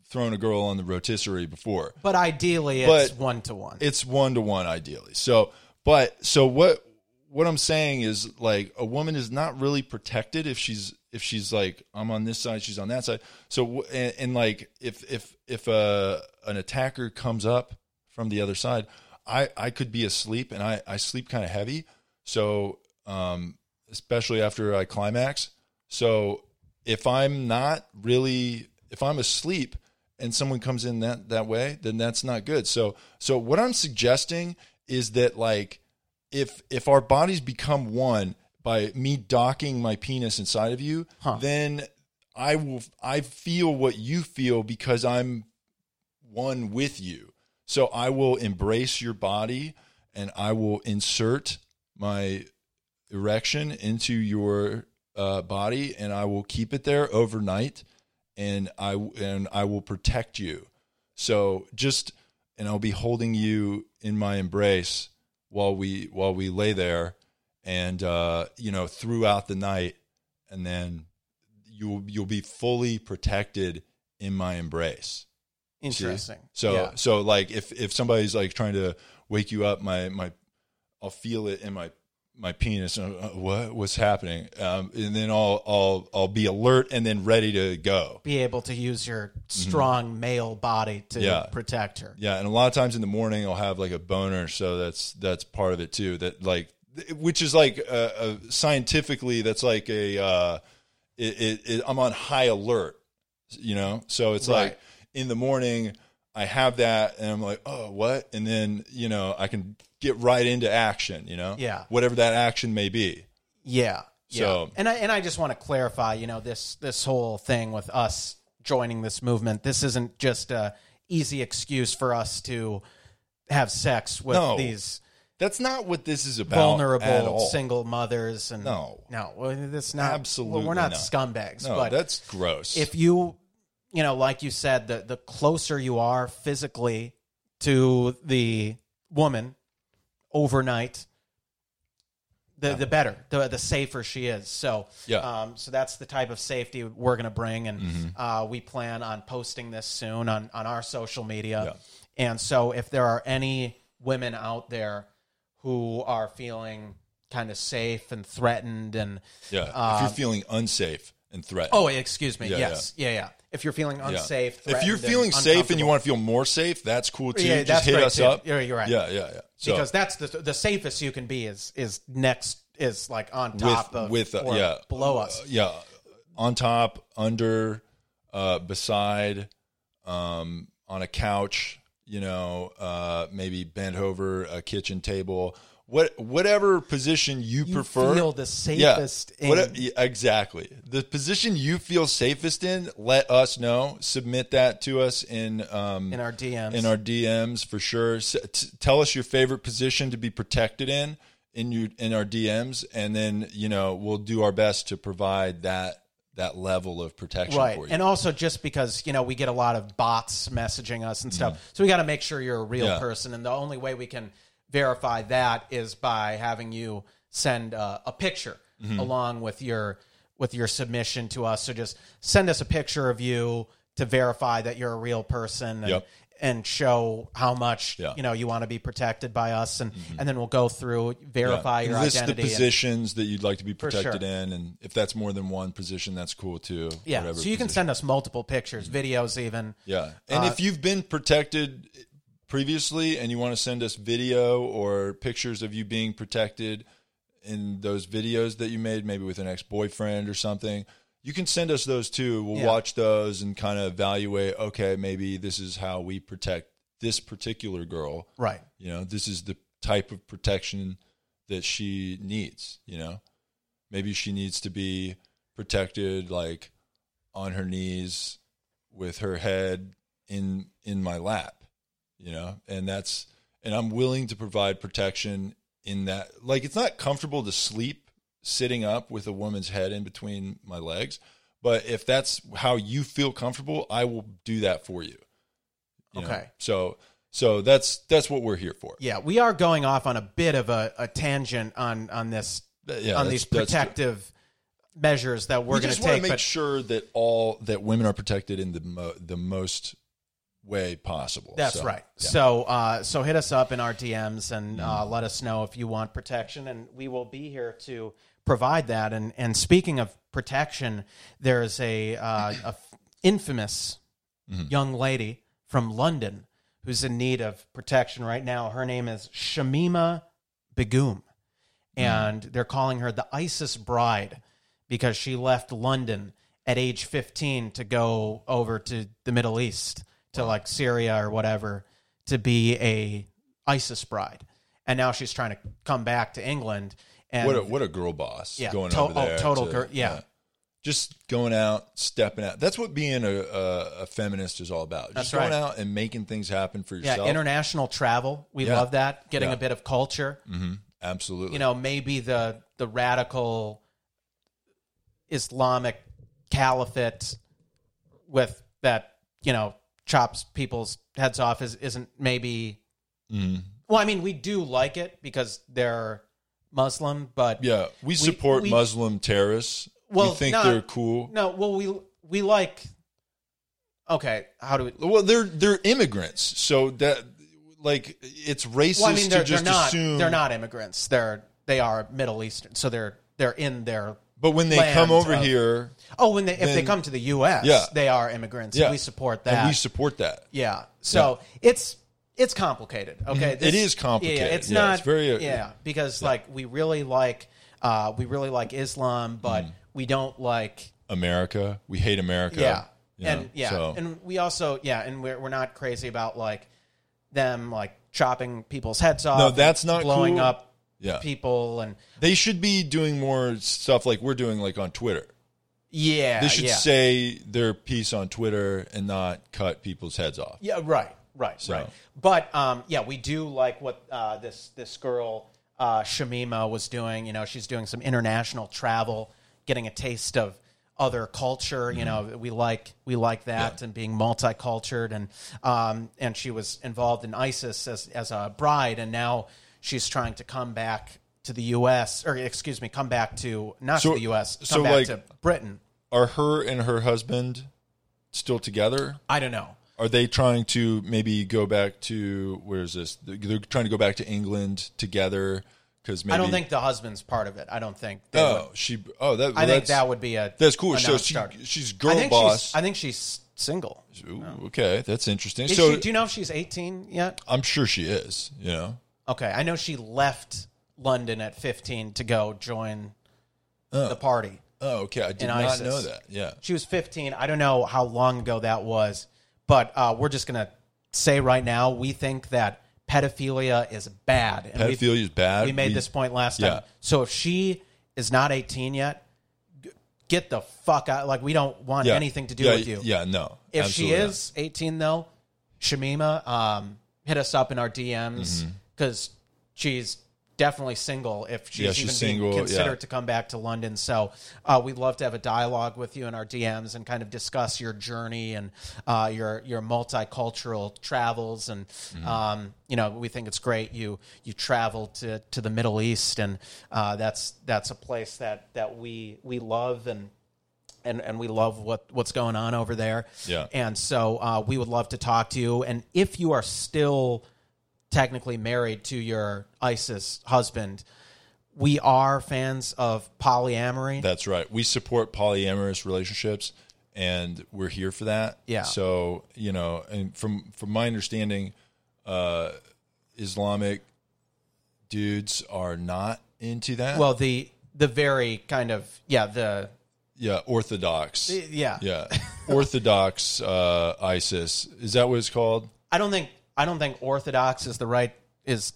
Speaker 1: thrown a girl on the rotisserie before.
Speaker 2: Yeah. But ideally, it's
Speaker 1: But-
Speaker 2: one to one.
Speaker 1: it's one to one ideally. So, but so what? What I'm saying is like a woman is not really protected if she's if she's like I'm on this side, she's on that side. So w- and, and like if if if uh, an attacker comes up from the other side, I I could be asleep and I I sleep kind of heavy. So um especially after I climax. So if I'm not really if I'm asleep and someone comes in that that way, then that's not good. So so what I'm suggesting is that like if if our bodies become one by me docking my penis inside of you,
Speaker 2: Huh.
Speaker 1: then I will I feel what you feel because I'm one with you. So I will embrace your body and I will insert my erection into your uh, body and I will keep it there overnight and I and I will protect you. So just and I'll be holding you in my embrace while we while we lay there and uh, you know throughout the night and then you'll you'll be fully protected in my embrace.
Speaker 2: Interesting.
Speaker 1: So
Speaker 2: Yeah.
Speaker 1: so like if if somebody's like trying to wake you up, my my I'll feel it in my my penis. And, uh, what what's happening? Um, and then I'll I'll I'll be alert and then ready to go.
Speaker 2: be able to use your strong male body to
Speaker 1: Mm-hmm. Yeah.
Speaker 2: protect her.
Speaker 1: Yeah, and a lot of times in the morning I'll have like a boner, so that's that's part of it too. That like, th- which is like uh, uh, scientifically, that's like a uh, it, it, it. I'm on high alert, you know. So it's
Speaker 2: Right.
Speaker 1: like in the morning I have that, and I'm like, oh, what? And then you know I can get right into action, you know.
Speaker 2: Yeah.
Speaker 1: Whatever that action may be.
Speaker 2: Yeah. yeah.
Speaker 1: So-
Speaker 2: and I and I just want to clarify, you know, this this whole thing with us joining this movement. This isn't just a easy excuse for us to have sex with
Speaker 1: No.
Speaker 2: these
Speaker 1: That's not what this is about. at
Speaker 2: vulnerable
Speaker 1: all.
Speaker 2: single mothers and
Speaker 1: No.
Speaker 2: no, well, that's not
Speaker 1: Absolutely
Speaker 2: We're not
Speaker 1: not.
Speaker 2: scumbags,
Speaker 1: No,
Speaker 2: but
Speaker 1: that's gross.
Speaker 2: if you you know like you said the the closer you are physically to the woman overnight the the better the the safer she is so
Speaker 1: Yeah.
Speaker 2: um so that's the type of safety we're going to bring and uh we plan on posting this soon on on our social media and so if there are any women out there who are feeling kind of safe and threatened and
Speaker 1: yeah, if
Speaker 2: um,
Speaker 1: you're feeling unsafe and threatened.
Speaker 2: Oh, excuse me.
Speaker 1: Yeah,
Speaker 2: yes. Yeah. yeah, If you're feeling
Speaker 1: Yeah.
Speaker 2: unsafe,
Speaker 1: If you're
Speaker 2: threatened,
Speaker 1: feeling safe and you
Speaker 2: uncomfortable-
Speaker 1: want to feel more safe, that's cool too.
Speaker 2: Yeah,
Speaker 1: Just
Speaker 2: that's
Speaker 1: hit
Speaker 2: great,
Speaker 1: us
Speaker 2: too.
Speaker 1: up.
Speaker 2: You're- you're right.
Speaker 1: Yeah, yeah, yeah. So
Speaker 2: because that's the the safest you can be is is next is like on top
Speaker 1: with
Speaker 2: of
Speaker 1: with uh,
Speaker 2: or
Speaker 1: yeah
Speaker 2: below
Speaker 1: Uh,
Speaker 2: us.
Speaker 1: yeah, on top, under, uh, beside, um, on a couch. You know, uh, maybe bent over a kitchen table. What whatever position you,
Speaker 2: You
Speaker 1: prefer.
Speaker 2: feel the safest. in-
Speaker 1: What- yeah, exactly. The position you feel safest in, let us know. Submit that to us in um,
Speaker 2: in our DMs.
Speaker 1: in our DMs for sure. S- t- tell us your favorite position to be protected in in you in our DMs, and then you know we'll do our best to provide that that level of protection
Speaker 2: right,
Speaker 1: for you.
Speaker 2: and also just because you know we get a lot of bots messaging us and stuff, so we got to make sure you're a real
Speaker 1: Mm-hmm. Yeah.
Speaker 2: person, and the only way we can
Speaker 1: Mm-hmm.
Speaker 2: verify that is by having you send uh, a picture along with your with your submission to us. So just send us a picture of you to verify that you're a real person and,
Speaker 1: Yep.
Speaker 2: and show how much
Speaker 1: Yeah. Mm-hmm.
Speaker 2: you know you want to be protected by us and and then we'll go through verify your
Speaker 1: list
Speaker 2: identity.
Speaker 1: the
Speaker 2: and-
Speaker 1: positions that you'd like to be protected
Speaker 2: sure.
Speaker 1: in, and if that's more than one position, that's cool too.
Speaker 2: yeah,
Speaker 1: whatever
Speaker 2: so you
Speaker 1: position.
Speaker 2: can
Speaker 1: Mm-hmm.
Speaker 2: send us multiple pictures, videos, even.
Speaker 1: Yeah, and if you've been protected previously, and you want to send us video or pictures of you being protected in those videos that you made, maybe with an ex-boyfriend or something. You can send us those too. We'll
Speaker 2: Yeah.
Speaker 1: watch those and kind of evaluate. Okay, maybe this is how we protect this particular girl.
Speaker 2: Right.
Speaker 1: You know, this is the type of protection that she needs, you know. Maybe she needs to be protected like on her knees with her head in in my lap, you know. And that's and I'm willing to provide protection in that like it's not comfortable to sleep sitting up with a woman's head in between my legs, but if that's how you feel comfortable, I will do that for you. you know?
Speaker 2: Okay.
Speaker 1: So so that's that's what we're here for.
Speaker 2: Yeah, we are going off on a bit of a, a tangent on on this
Speaker 1: Th- Uh, yeah,
Speaker 2: on
Speaker 1: that's-
Speaker 2: these
Speaker 1: that's true.
Speaker 2: protective measures that we're
Speaker 1: we
Speaker 2: going
Speaker 1: just
Speaker 2: to
Speaker 1: want
Speaker 2: take.
Speaker 1: to make
Speaker 2: but
Speaker 1: sure that all that women are protected in the mo- the most way possible.
Speaker 2: that's
Speaker 1: So,
Speaker 2: right.
Speaker 1: yeah. Mm-hmm.
Speaker 2: So uh, so hit us up in our DMs and uh, let us know if you want protection, and we will be here to provide that. And and speaking of protection, there is a, uh, a f- infamous
Speaker 1: Mm-hmm.
Speaker 2: young lady from London who's in need of protection right now. Her name is Shamima Begum.
Speaker 1: Mm-hmm.
Speaker 2: and they're calling her the ISIS bride because she left London at age 15 to go over to the Middle East to like Syria or whatever to be a ISIS bride. And now she's trying to come back to England and
Speaker 1: What a, what a girl boss
Speaker 2: Yeah,
Speaker 1: going
Speaker 2: to-
Speaker 1: over
Speaker 2: oh,
Speaker 1: there.
Speaker 2: total
Speaker 1: to-
Speaker 2: girl- yeah.
Speaker 1: Just going out, stepping out. That's what being a, a, a feminist is all about.
Speaker 2: That's
Speaker 1: Just
Speaker 2: right.
Speaker 1: going out and making things happen for
Speaker 2: yeah,
Speaker 1: yourself.
Speaker 2: international travel. We
Speaker 1: Yeah.
Speaker 2: love that. Getting
Speaker 1: Yeah.
Speaker 2: a bit of culture.
Speaker 1: Mm-hmm. Absolutely.
Speaker 2: You know, maybe the the radical Islamic caliphate with that, you know, chops people's heads off is isn't maybe
Speaker 1: Mhm.
Speaker 2: Well, I mean, we do like it because they're Muslim, but
Speaker 1: Yeah, we support
Speaker 2: we-
Speaker 1: Muslim terrorists.
Speaker 2: Well,
Speaker 1: we think
Speaker 2: no,
Speaker 1: they're cool.
Speaker 2: no. Well, we we like. Okay, how do we?
Speaker 1: Well, they're they're immigrants, so that like it's racist
Speaker 2: Well, I mean,
Speaker 1: to
Speaker 2: they're,
Speaker 1: just
Speaker 2: they're not
Speaker 1: assume
Speaker 2: they're not immigrants. They're they are Middle Eastern, so they're they're in their.
Speaker 1: But when they
Speaker 2: land
Speaker 1: come over
Speaker 2: of-
Speaker 1: here,
Speaker 2: Oh, when they if they
Speaker 1: Then-
Speaker 2: come to the U.S.,
Speaker 1: Yeah.
Speaker 2: they are immigrants. and
Speaker 1: Yeah.
Speaker 2: we support
Speaker 1: and
Speaker 2: that.
Speaker 1: we support that.
Speaker 2: yeah, so it's it's complicated. Okay,
Speaker 1: Mm-hmm. It is complicated.
Speaker 2: Yeah, it's
Speaker 1: Yeah,
Speaker 2: not
Speaker 1: it's very, uh,
Speaker 2: yeah because like we really like uh we really like Islam, but
Speaker 1: Mm.
Speaker 2: we don't like
Speaker 1: America, we hate America.
Speaker 2: Yeah.
Speaker 1: you know,
Speaker 2: and yeah.
Speaker 1: so-
Speaker 2: And we also yeah, and we're we're not crazy about like them like chopping people's heads off. and
Speaker 1: that's not
Speaker 2: blowing
Speaker 1: cool.
Speaker 2: up
Speaker 1: yeah,
Speaker 2: people and
Speaker 1: they should be doing more stuff like we're doing, like on Twitter.
Speaker 2: yeah.
Speaker 1: They should
Speaker 2: Uh, yeah.
Speaker 1: say their piece on Twitter and not cut people's heads off.
Speaker 2: Yeah, right, right, right. But um, yeah, we do like what uh, this this girl uh, Shamima was doing. You know, she's doing some international travel, getting a taste of other culture. You
Speaker 1: Mm-hmm.
Speaker 2: know, we like we like that and being multicultured. And um, and she was involved in ISIS as as a bride, and now she's trying to come back to the U.S. or excuse me, come back to not
Speaker 1: So-
Speaker 2: to the U.S. Come
Speaker 1: so,
Speaker 2: back
Speaker 1: like-
Speaker 2: to Britain.
Speaker 1: Are her and her husband still together?
Speaker 2: I don't know.
Speaker 1: Are they trying to maybe go back to where is this? They're trying to go back to England together because maybe
Speaker 2: I don't think the husband's part of it. I don't think. They would-
Speaker 1: Oh, she. Oh, that.
Speaker 2: I think
Speaker 1: that's-
Speaker 2: that would be a
Speaker 1: That's cool.
Speaker 2: a
Speaker 1: So she,
Speaker 2: non-starter.
Speaker 1: she's
Speaker 2: I
Speaker 1: girl
Speaker 2: think
Speaker 1: boss.
Speaker 2: She's, I think she's single.
Speaker 1: Ooh, Okay, that's interesting.
Speaker 2: Is
Speaker 1: so
Speaker 2: she, do you know if she's 18 yet?
Speaker 1: I'm sure she is. You know.
Speaker 2: Okay, I know she left London at 15 to go join the party.
Speaker 1: Oh, okay. I did
Speaker 2: In
Speaker 1: not
Speaker 2: ISIS.
Speaker 1: know that. Yeah.
Speaker 2: She was 15. I don't know how long ago that was, but uh, we're just gonna say right now we think that pedophilia is bad. And we've-
Speaker 1: Pedophilia is bad.
Speaker 2: We made this point last time.
Speaker 1: Yeah.
Speaker 2: So if she is not 18 yet, g- get the fuck out. Like we don't want
Speaker 1: yeah,
Speaker 2: anything to do
Speaker 1: yeah,
Speaker 2: with you.
Speaker 1: Yeah, no.
Speaker 2: if
Speaker 1: absolutely
Speaker 2: she
Speaker 1: not.
Speaker 2: is 18 though
Speaker 1: Mm-hmm.
Speaker 2: shamima um, hit us up in our dms because she's definitely single if she's
Speaker 1: Yeah,
Speaker 2: even
Speaker 1: she's
Speaker 2: being
Speaker 1: single, yeah.
Speaker 2: considered to come back to London. So uh, we'd love to have a dialogue with you in our DMs and kind of discuss your journey and uh, your your multicultural travels. And
Speaker 1: Mm-hmm.
Speaker 2: um, you know, we think it's great you you traveled to to the Middle East, and uh, that's that's a place that that we we love and and and we love what what's going on over there.
Speaker 1: Yeah.
Speaker 2: And so uh, we would love to talk to you. And if you are still technically married to your ISIS husband, we are fans of polyamory.
Speaker 1: That's right. We support polyamorous relationships, and we're here for that.
Speaker 2: Yeah.
Speaker 1: So you know, and from from my understanding, uh, Islamic dudes are not into that.
Speaker 2: well, the the very kind of yeah the
Speaker 1: yeah, Orthodox.
Speaker 2: yeah.
Speaker 1: yeah, Orthodox uh, ISIS is that what it's called?
Speaker 2: I don't think I don't think Orthodox is the right is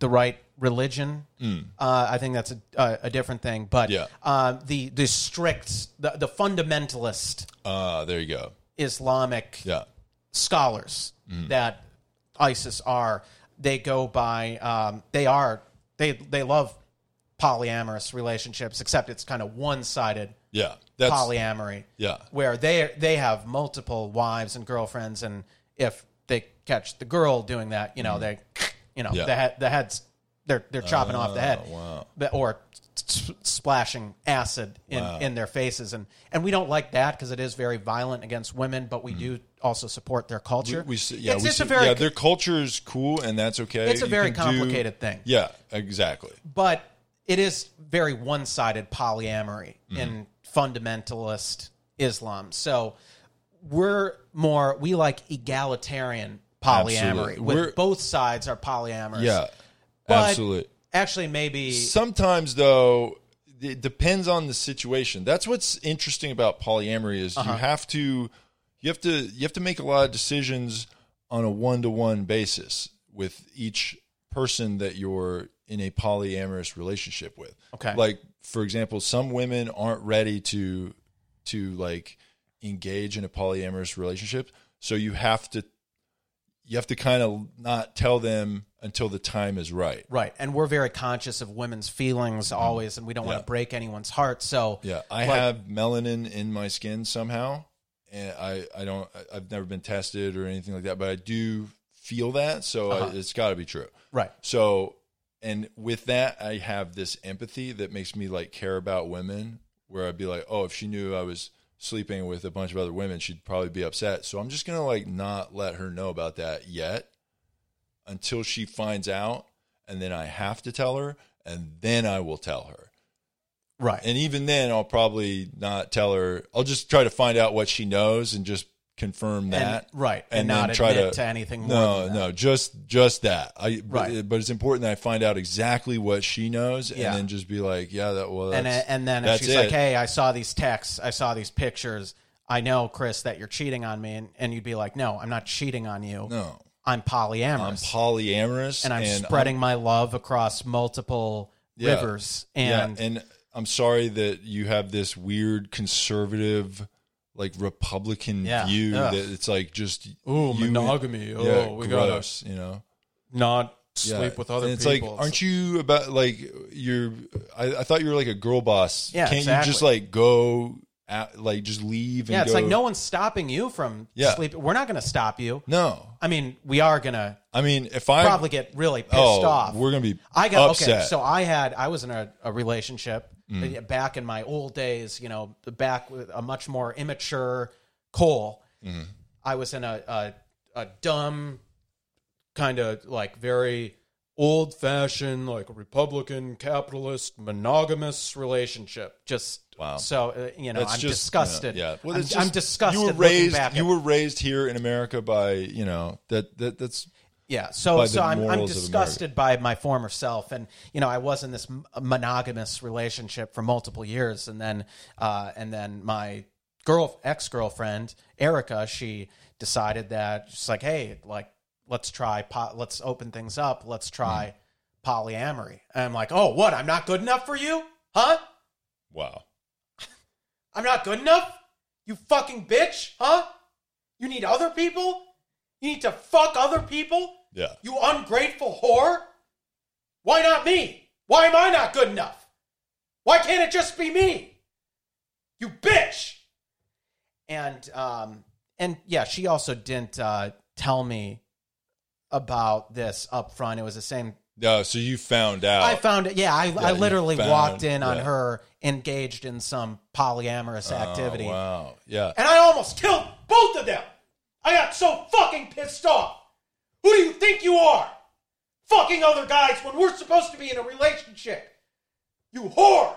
Speaker 2: the right religion. Uh, I think that's a, a, a different thing. But
Speaker 1: Mm. Yeah.
Speaker 2: uh, the the strict the, the fundamentalist
Speaker 1: Uh, there you go.
Speaker 2: Islamic
Speaker 1: Yeah,
Speaker 2: scholars that ISIS are. They go by um, they are they they love polyamorous relationships, except it's kind of one sided
Speaker 1: yeah. That's
Speaker 2: polyamory.
Speaker 1: yeah.
Speaker 2: Where they they have multiple wives and girlfriends, and if they catch the girl doing that, you know they, you know
Speaker 1: Mm-hmm. Yeah. Oh,
Speaker 2: the head the heads they're they're chopping off the head,
Speaker 1: wow.
Speaker 2: But- or s- s- splashing acid in, in their faces, and and we don't like that because it is very violent against women, but we do also support their culture.
Speaker 1: Mm. We see, yeah,
Speaker 2: it's
Speaker 1: we
Speaker 2: just
Speaker 1: see,
Speaker 2: a very
Speaker 1: yeah, their culture's cool, and that's okay.
Speaker 2: it's a
Speaker 1: You
Speaker 2: very
Speaker 1: can do-
Speaker 2: complicated thing.
Speaker 1: yeah, exactly.
Speaker 2: but it is very one-sided polyamory
Speaker 1: Mm-hmm.
Speaker 2: in fundamentalist Islam. So we're more we like egalitarian polyamory,
Speaker 1: Absolutely. We're-
Speaker 2: with both sides are polyamorous.
Speaker 1: Yeah,
Speaker 2: But-
Speaker 1: absolutely.
Speaker 2: actually, maybe
Speaker 1: Sometimes though, it depends on the situation. That's what's interesting about polyamory is
Speaker 2: Uh-huh.
Speaker 1: you have to you have to you have to make a lot of decisions on a one to one basis with each person that you're in a polyamorous relationship with.
Speaker 2: Okay.
Speaker 1: Like for example, some women aren't ready to to like engage in a polyamorous relationship, so you have to you have to kind of not tell them until the time is right.
Speaker 2: right. And we're very conscious of women's feelings always, and we don't want
Speaker 1: Mm-hmm. Yeah.
Speaker 2: to break anyone's heart. So
Speaker 1: Yeah, I
Speaker 2: Like-
Speaker 1: have melanin in my skin somehow, and I I don't I- I've never been tested or anything like that, but I do feel that, so I- it's got to be true.
Speaker 2: right,
Speaker 1: So, and with that, I have this empathy that makes me like care about women, where I'd be like, oh, if she knew I was sleeping with a bunch of other women, she'd probably be upset. So I'm just gonna like not let her know about that yet until she finds out, and then I have to tell her, and then I will tell her
Speaker 2: right.
Speaker 1: and even then i'll probably not tell her i'll just try to find out what she knows and just confirm that
Speaker 2: and, right, and,
Speaker 1: and
Speaker 2: not
Speaker 1: then try
Speaker 2: admit to,
Speaker 1: to-
Speaker 2: anything more.
Speaker 1: no
Speaker 2: than that.
Speaker 1: no just just that i but- uh,
Speaker 2: Right.
Speaker 1: but, it's important that i find out exactly what she knows
Speaker 2: Yeah.
Speaker 1: and then just be like yeah that well
Speaker 2: and uh,
Speaker 1: that's-
Speaker 2: and then if
Speaker 1: that's
Speaker 2: she's like,
Speaker 1: it.
Speaker 2: "Hey, I saw these texts, I saw these pictures. I know, Chris, that you're cheating on me," and, and you'd be like, "No, I'm not cheating on you.
Speaker 1: no
Speaker 2: I'm
Speaker 1: i'm
Speaker 2: polyamorous,
Speaker 1: polyamorous
Speaker 2: and I'm spreading my love across multiple
Speaker 1: Yeah.
Speaker 2: rivers."
Speaker 1: yeah,
Speaker 2: And
Speaker 1: and i'm sorry that you have this weird conservative like republican
Speaker 2: Yeah.
Speaker 1: view
Speaker 2: Ugh.
Speaker 1: that it's like just
Speaker 2: ooh, oh,
Speaker 1: you-
Speaker 2: monogamy.
Speaker 1: yeah, gross, you know
Speaker 2: gotta not
Speaker 1: Yeah. And it's like, aren't you about like you're? I, I thought you were like a girl boss.
Speaker 2: Yeah,
Speaker 1: Can't you just
Speaker 2: exactly.
Speaker 1: like go out, like just leave? And
Speaker 2: yeah, it's
Speaker 1: go-
Speaker 2: like no one's stopping you from
Speaker 1: Yeah.
Speaker 2: sleep. We're not going to stop you.
Speaker 1: no.
Speaker 2: I mean, we are going to
Speaker 1: I mean, if I
Speaker 2: probably get really pissed
Speaker 1: oh,
Speaker 2: off.
Speaker 1: we're gonna be
Speaker 2: I got
Speaker 1: upset. Mm.
Speaker 2: okay. So I had I was in a, a relationship uh, back in my old days. You know, back with a much more immature Cole.
Speaker 1: Mm-hmm.
Speaker 2: I was in a a, a dumb kind of like very old fashioned like republican capitalist monogamous relationship just
Speaker 1: Wow.
Speaker 2: so uh, you know
Speaker 1: That's
Speaker 2: i'm
Speaker 1: just-
Speaker 2: disgusted
Speaker 1: Yeah, yeah. Well,
Speaker 2: I'm,
Speaker 1: it's
Speaker 2: I'm
Speaker 1: just-
Speaker 2: disgusted
Speaker 1: You were
Speaker 2: looking
Speaker 1: raised.
Speaker 2: back at-
Speaker 1: you were raised here in America by you know that that that's
Speaker 2: Yeah, so
Speaker 1: by the
Speaker 2: so I'm, I'm
Speaker 1: morals of
Speaker 2: disgusted by my former self, and you know I was in this m- monogamous relationship for multiple years, and then uh, and then my girl ex girlfriend Erica, she decided that she's like, hey, like let's try, po- let's open things up, let's
Speaker 1: Hmm.
Speaker 2: try polyamory, and I'm like, oh, what? I'm not good enough for you, huh?
Speaker 1: wow.
Speaker 2: I'm not good enough? You fucking bitch, huh? You need other people? You need to fuck other people?
Speaker 1: Yeah.
Speaker 2: You ungrateful whore? Why not me? Why am I not good enough? Why can't it just be me? You bitch. And um and yeah, she also didn't uh tell me about this up front. It was the same
Speaker 1: No, so you found out.
Speaker 2: I found it. Yeah, I, I
Speaker 1: Oh. you
Speaker 2: literally
Speaker 1: found-
Speaker 2: walked in on
Speaker 1: yeah.
Speaker 2: her engaged in some polyamorous
Speaker 1: Oh,
Speaker 2: activity.
Speaker 1: wow. Yeah.
Speaker 2: And I almost killed both of them. I got so fucking pissed off. Who do you think you are? Fucking other guys when we're supposed to be in a relationship. You whore.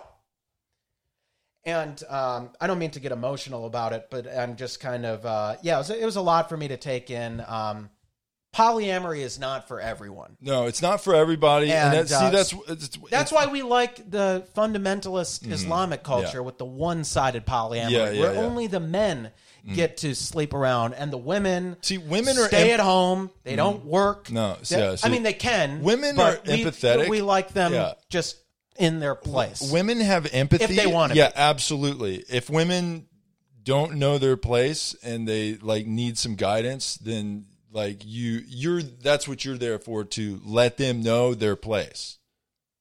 Speaker 2: And um, I don't mean to get emotional about it, but I'm just kind of, uh, yeah, it was, it was a lot for me to take in. Um, polyamory is not for everyone.
Speaker 1: No, it's not for everybody. And,
Speaker 2: And,
Speaker 1: that,
Speaker 2: uh,
Speaker 1: see, that's it's, Mm-hmm.
Speaker 2: That's why we like the fundamentalist Islamic culture
Speaker 1: yeah.
Speaker 2: with the one-sided polyamory,
Speaker 1: Yeah, yeah,
Speaker 2: where
Speaker 1: yeah. Mm.
Speaker 2: only the men get to sleep around and the women
Speaker 1: See, women are em-
Speaker 2: stay
Speaker 1: Mm.
Speaker 2: at home. They don't work.
Speaker 1: No,
Speaker 2: They-
Speaker 1: yeah, see,
Speaker 2: I mean they can.
Speaker 1: women
Speaker 2: but
Speaker 1: are
Speaker 2: we-
Speaker 1: empathetic.
Speaker 2: We like them
Speaker 1: Yeah.
Speaker 2: just in their place.
Speaker 1: women have empathy
Speaker 2: If they wanna
Speaker 1: Yeah, absolutely. If women don't know their place and they like need some guidance, then like you, you're that's what you're there for to let them know their place.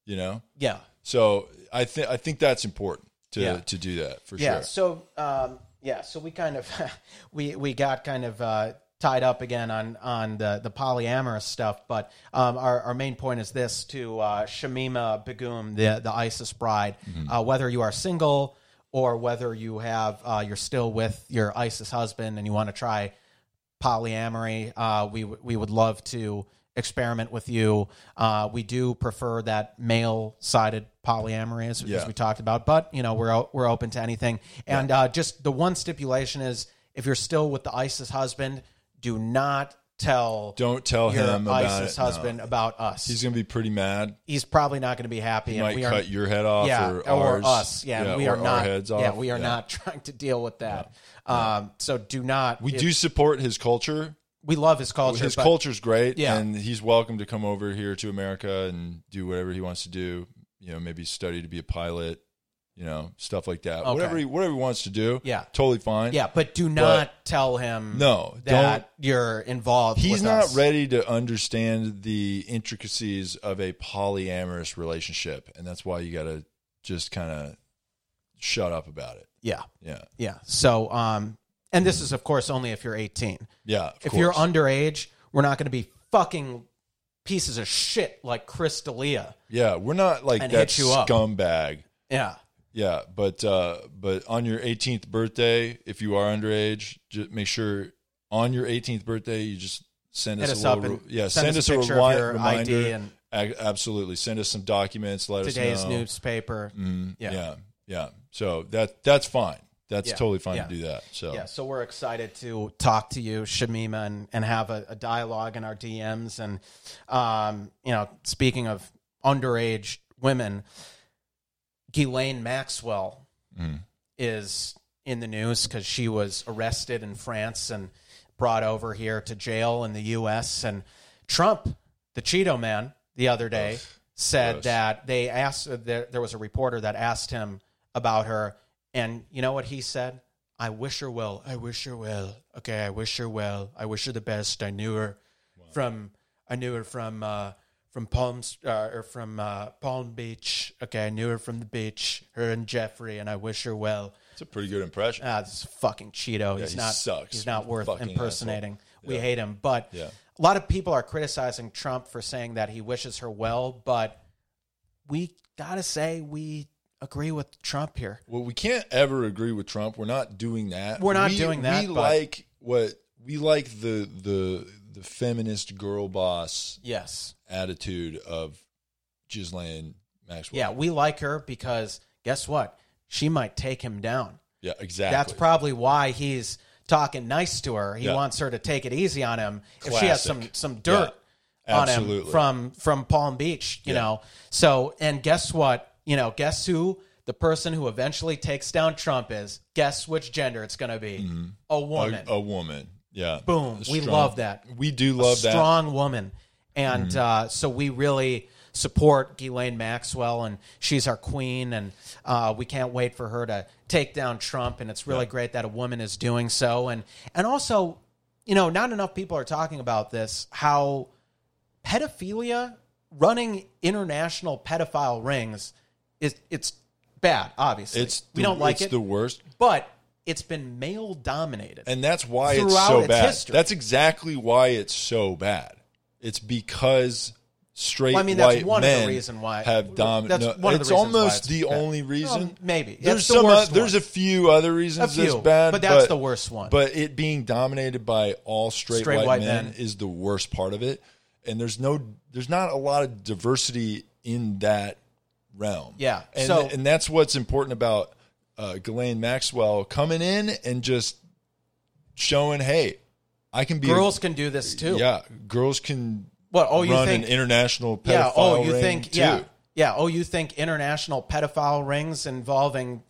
Speaker 1: You know,
Speaker 2: yeah,
Speaker 1: so I think I think that's important to
Speaker 2: Yeah.
Speaker 1: to do that for
Speaker 2: yeah.
Speaker 1: sure.
Speaker 2: So um, yeah, so we kind of we we got kind of. Uh, Tied up again on on the, the polyamorous stuff, but um, our our main point is this: to uh, Shamima Begum, the the ISIS bride,
Speaker 1: Mm-hmm.
Speaker 2: uh, whether you are single or whether you have uh, you're still with your ISIS husband and you want to try polyamory. Uh, we w- we would love to experiment with you. Uh, we do prefer that male sided polyamory as, as
Speaker 1: Yeah.
Speaker 2: we talked about, but you know we're o- we're open to anything. And uh, just the one stipulation is if you're still with the ISIS husband, do not tell
Speaker 1: Don't tell
Speaker 2: your
Speaker 1: him about
Speaker 2: ISIS
Speaker 1: it. No.
Speaker 2: husband about us.
Speaker 1: He's
Speaker 2: He's,
Speaker 1: gonna be pretty mad.
Speaker 2: probably not going to be happy.
Speaker 1: He might
Speaker 2: we
Speaker 1: cut
Speaker 2: are
Speaker 1: your head off
Speaker 2: yeah,
Speaker 1: or,
Speaker 2: or,
Speaker 1: ours.
Speaker 2: us. Yeah, we are
Speaker 1: or
Speaker 2: not.
Speaker 1: Our heads off.
Speaker 2: Yeah, we are not trying to deal with that. Um, so do not.
Speaker 1: We do support his culture.
Speaker 2: We love his culture.
Speaker 1: his
Speaker 2: but-
Speaker 1: culture's great,
Speaker 2: Yeah.
Speaker 1: and he's welcome to come over here to America and do whatever he wants to do. You know, maybe study to be a pilot. You know, stuff like that. Whatever he whatever he wants to do.
Speaker 2: Yeah.
Speaker 1: totally fine.
Speaker 2: Yeah, but do not tell him
Speaker 1: No,
Speaker 2: that you're involved.
Speaker 1: He's
Speaker 2: with
Speaker 1: not
Speaker 2: us.
Speaker 1: ready to understand the intricacies of a polyamorous relationship, and that's why you got to just kind of shut up about it.
Speaker 2: Yeah,
Speaker 1: Yeah,
Speaker 2: yeah. So, um, and this is of course only if you're 18.
Speaker 1: yeah. Of
Speaker 2: If
Speaker 1: course.
Speaker 2: you're underage, we're not going to be fucking pieces of shit like Chris D'Elia.
Speaker 1: yeah, we're not like
Speaker 2: And
Speaker 1: that
Speaker 2: hit you up.
Speaker 1: scumbag.
Speaker 2: Yeah,
Speaker 1: Yeah, but uh, but on your 18th birthday, if you are underage, just make sure on your 18th birthday you just send
Speaker 2: Hit
Speaker 1: us,
Speaker 2: us
Speaker 1: a
Speaker 2: up
Speaker 1: little,
Speaker 2: and
Speaker 1: yeah,
Speaker 2: send
Speaker 1: send, us
Speaker 2: us a
Speaker 1: a,
Speaker 2: picture of
Speaker 1: remi-
Speaker 2: your ID
Speaker 1: reminder.
Speaker 2: and-
Speaker 1: A- absolutely, send us some documents. Let
Speaker 2: today's
Speaker 1: us know.
Speaker 2: newspaper.
Speaker 1: Yeah.
Speaker 2: yeah.
Speaker 1: yeah, So that that's fine. That's
Speaker 2: Yeah,
Speaker 1: totally fine
Speaker 2: yeah.
Speaker 1: to do that. So
Speaker 2: Yeah, so we're excited to talk to you, Shamima, and, and have a, a dialogue in our DMs. And, um, you know, speaking of underage women, Ghislaine Maxwell is in the news because she was arrested in France and brought over here to jail in the U.S. And Trump, the Cheeto man, the other day said
Speaker 1: Gross.
Speaker 2: that they asked, uh, there, there was a reporter that asked him about her. And you know what he said? I wish her well. I wish her well. Okay, I wish her well. I wish her the best. I knew her from I knew her from uh, from Palm uh, or from uh, Palm Beach. Okay, I knew her from the beach. Her and Jeffrey, and I wish her well.
Speaker 1: it's a pretty good impression.
Speaker 2: Ah, this fucking Cheeto. he's
Speaker 1: he
Speaker 2: not.
Speaker 1: sucks.
Speaker 2: He's not worth
Speaker 1: Fucking
Speaker 2: impersonating. We hate him. But
Speaker 1: Yeah.
Speaker 2: a lot of people are criticizing Trump for saying that he wishes her well. But we gotta say we agree with Trump here.
Speaker 1: Well, we can't ever agree with Trump. We're not doing that.
Speaker 2: We're not
Speaker 1: We-
Speaker 2: doing that,
Speaker 1: We
Speaker 2: but-
Speaker 1: like what we like the the the feminist girl boss
Speaker 2: Yes.
Speaker 1: attitude of Ghislaine Maxwell.
Speaker 2: Yeah, we like her because guess what? She might take him down.
Speaker 1: yeah, exactly.
Speaker 2: That's probably why he's talking nice to her. He
Speaker 1: Yeah.
Speaker 2: wants her to take it easy on him if she has some
Speaker 1: Classic.
Speaker 2: some dirt
Speaker 1: Yeah.
Speaker 2: on him
Speaker 1: Absolutely.
Speaker 2: from from Palm Beach, you
Speaker 1: Yeah.
Speaker 2: know. So, and guess what? You know, guess who the person who eventually takes down Trump is? Guess which gender it's going to be? A woman.
Speaker 1: Mm-hmm. a, a woman. Yeah,
Speaker 2: Boom.
Speaker 1: A
Speaker 2: We love that.
Speaker 1: We do love that. Mm-hmm.
Speaker 2: strong woman. And uh, so we really support Ghislaine Maxwell, and she's our queen, and uh, we can't wait for her to take down Trump. And it's really great that a woman is doing so. And and also, you know, not enough people are talking about this. How pedophilia running international pedophile rings is it's bad. Obviously,
Speaker 1: It's
Speaker 2: we
Speaker 1: the-
Speaker 2: don't like
Speaker 1: it's
Speaker 2: it,
Speaker 1: the worst.
Speaker 2: but it's been male dominated.
Speaker 1: And that's why it's
Speaker 2: Throughout
Speaker 1: so
Speaker 2: its
Speaker 1: bad.
Speaker 2: history.
Speaker 1: That's exactly why it's so bad. It's because straight
Speaker 2: Well, I mean, that's
Speaker 1: white
Speaker 2: one of the
Speaker 1: men
Speaker 2: reason why-
Speaker 1: have dominated.
Speaker 2: that's one of the
Speaker 1: it's
Speaker 2: reasons why
Speaker 1: almost
Speaker 2: it's
Speaker 1: the
Speaker 2: bad.
Speaker 1: only reason.
Speaker 2: Um, maybe.
Speaker 1: there's
Speaker 2: That's the
Speaker 1: some.
Speaker 2: worst
Speaker 1: oth- there's
Speaker 2: one.
Speaker 1: a few other
Speaker 2: a
Speaker 1: reasons
Speaker 2: few,
Speaker 1: that's bad,
Speaker 2: but that's the worst one.
Speaker 1: But it being dominated by all straight,
Speaker 2: Straight
Speaker 1: white,
Speaker 2: white
Speaker 1: men,
Speaker 2: men.
Speaker 1: is the worst part of it. And there's no, there's not a lot of diversity in that realm.
Speaker 2: Yeah,
Speaker 1: and
Speaker 2: so-
Speaker 1: and that's what's important about uh, Ghislaine Maxwell coming in and just showing, hey, I can be a-
Speaker 2: Girls can do this too.
Speaker 1: yeah, girls can
Speaker 2: What? Oh, you
Speaker 1: run
Speaker 2: think?
Speaker 1: an international pedophile
Speaker 2: yeah. Oh, you
Speaker 1: ring
Speaker 2: think?
Speaker 1: too.
Speaker 2: Yeah. Yeah. Oh, you think international pedophile rings involving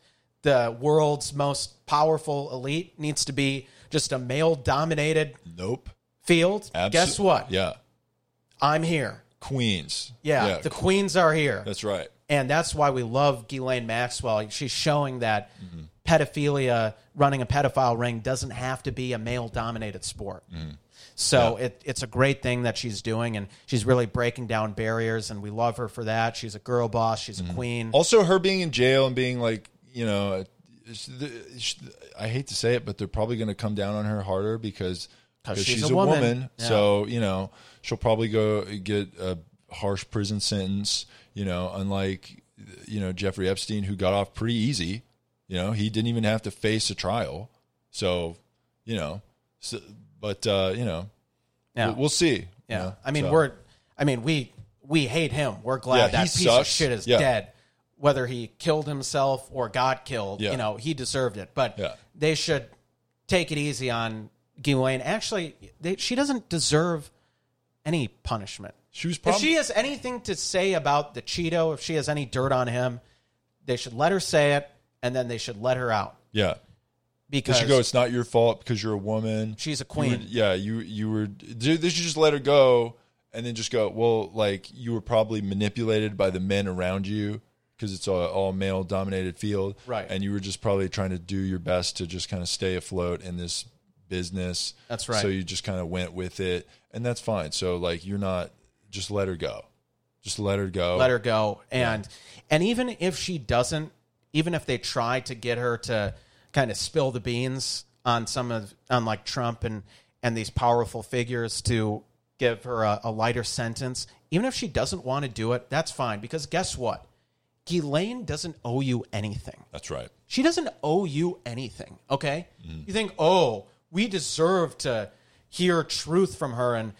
Speaker 2: the world's most powerful elite needs to be just a male dominated
Speaker 1: Nope.
Speaker 2: field?
Speaker 1: Absol-
Speaker 2: Guess what?
Speaker 1: Yeah,
Speaker 2: I'm here.
Speaker 1: Queens.
Speaker 2: Yeah, the queens are here.
Speaker 1: that's right.
Speaker 2: and that's why we love Ghislaine Maxwell. She's showing that pedophilia, running a pedophile ring, doesn't have to be a male dominated sport. So it, it's a great thing that she's doing, and she's really breaking down barriers, and we love her for that. She's a girl boss, she's a queen.
Speaker 1: Also, her being in jail and being like, you know, it's- it's- I hate to say it, but they're probably going to come down on her harder because
Speaker 2: 'Cause
Speaker 1: because
Speaker 2: she's a woman. Yeah.
Speaker 1: So you know, she'll probably go get a harsh prison sentence. You know, unlike you know Jeffrey Epstein, who got off pretty easy. You know, he didn't even have to face a trial. So you know, so, but uh, you know,
Speaker 2: Yeah.
Speaker 1: we'll, we'll see. you
Speaker 2: Yeah.
Speaker 1: know,
Speaker 2: I mean,
Speaker 1: so.
Speaker 2: we're I mean, we we hate him. We're glad
Speaker 1: Yeah,
Speaker 2: that
Speaker 1: he
Speaker 2: piece of
Speaker 1: sucks.
Speaker 2: shit is
Speaker 1: Yeah.
Speaker 2: dead. Whether he killed himself or got killed,
Speaker 1: Yeah.
Speaker 2: you know, he deserved it. But
Speaker 1: Yeah.
Speaker 2: they should take it easy on Ghislaine. Actually, they, she doesn't deserve any punishment.
Speaker 1: she was
Speaker 2: If
Speaker 1: probably
Speaker 2: she has anything to say about the Cheeto, if she has any dirt on him, they should let her say it and then they should let her out
Speaker 1: yeah. They
Speaker 2: because
Speaker 1: should go. It's not your fault because you're a woman.
Speaker 2: she's a
Speaker 1: You
Speaker 2: queen.
Speaker 1: would- yeah, you you were. They should just let her go, and then just go. Well, like you were probably manipulated by the men around you because it's all, all male dominated field,
Speaker 2: Right.
Speaker 1: And you were just probably trying to do your best to just kind of stay afloat in this business.
Speaker 2: That's right.
Speaker 1: So you just kind of went with it, and that's fine. So like you're not. Just let her go. Just let her go.
Speaker 2: let her go and and even if she doesn't even if they try to get her to kind of spill the beans on some of on like trump and and these powerful figures to give her a, a lighter sentence even if she doesn't want to do it that's fine because guess what Ghislaine doesn't owe you anything
Speaker 1: That's right.
Speaker 2: she doesn't owe you anything, okay? You think, "Oh, we deserve to hear truth from her and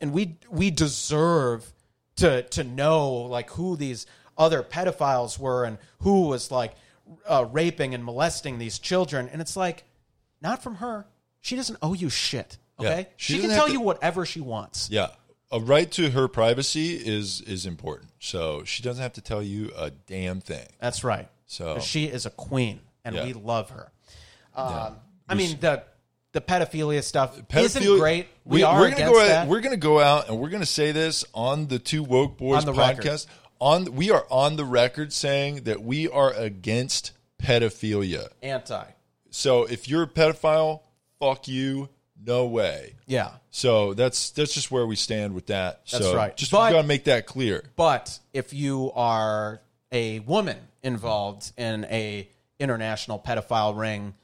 Speaker 2: and we we deserve to to know like who these other pedophiles were and who was like uh, raping and molesting these children." And it's like not from her. She doesn't owe you shit,
Speaker 1: Yeah.
Speaker 2: okay?
Speaker 1: She
Speaker 2: She, can
Speaker 1: doesn't have
Speaker 2: tell
Speaker 1: to-
Speaker 2: you whatever she wants.
Speaker 1: Yeah. A right to her privacy is is important. So she doesn't have to tell you a damn thing.
Speaker 2: That's right.
Speaker 1: So-
Speaker 2: she is a queen, and
Speaker 1: Oh. Yeah.
Speaker 2: we love her. Um, I mean the the pedophilia stuff isn't
Speaker 1: Pedophilia-
Speaker 2: great. We, are
Speaker 1: we're
Speaker 2: against
Speaker 1: gonna go out,
Speaker 2: that.
Speaker 1: We're going to go out and we're going to say this on the Two Woke Boys
Speaker 2: On the
Speaker 1: podcast.
Speaker 2: record.
Speaker 1: On we are on the record saying that we are against pedophilia.
Speaker 2: Anti.
Speaker 1: So if you're a pedophile, fuck you. No way.
Speaker 2: Yeah,
Speaker 1: So that's that's just where we stand with that.
Speaker 2: That's
Speaker 1: so
Speaker 2: right.
Speaker 1: Just
Speaker 2: But-
Speaker 1: got to make that clear.
Speaker 2: but if you are a woman involved in a international pedophile ring,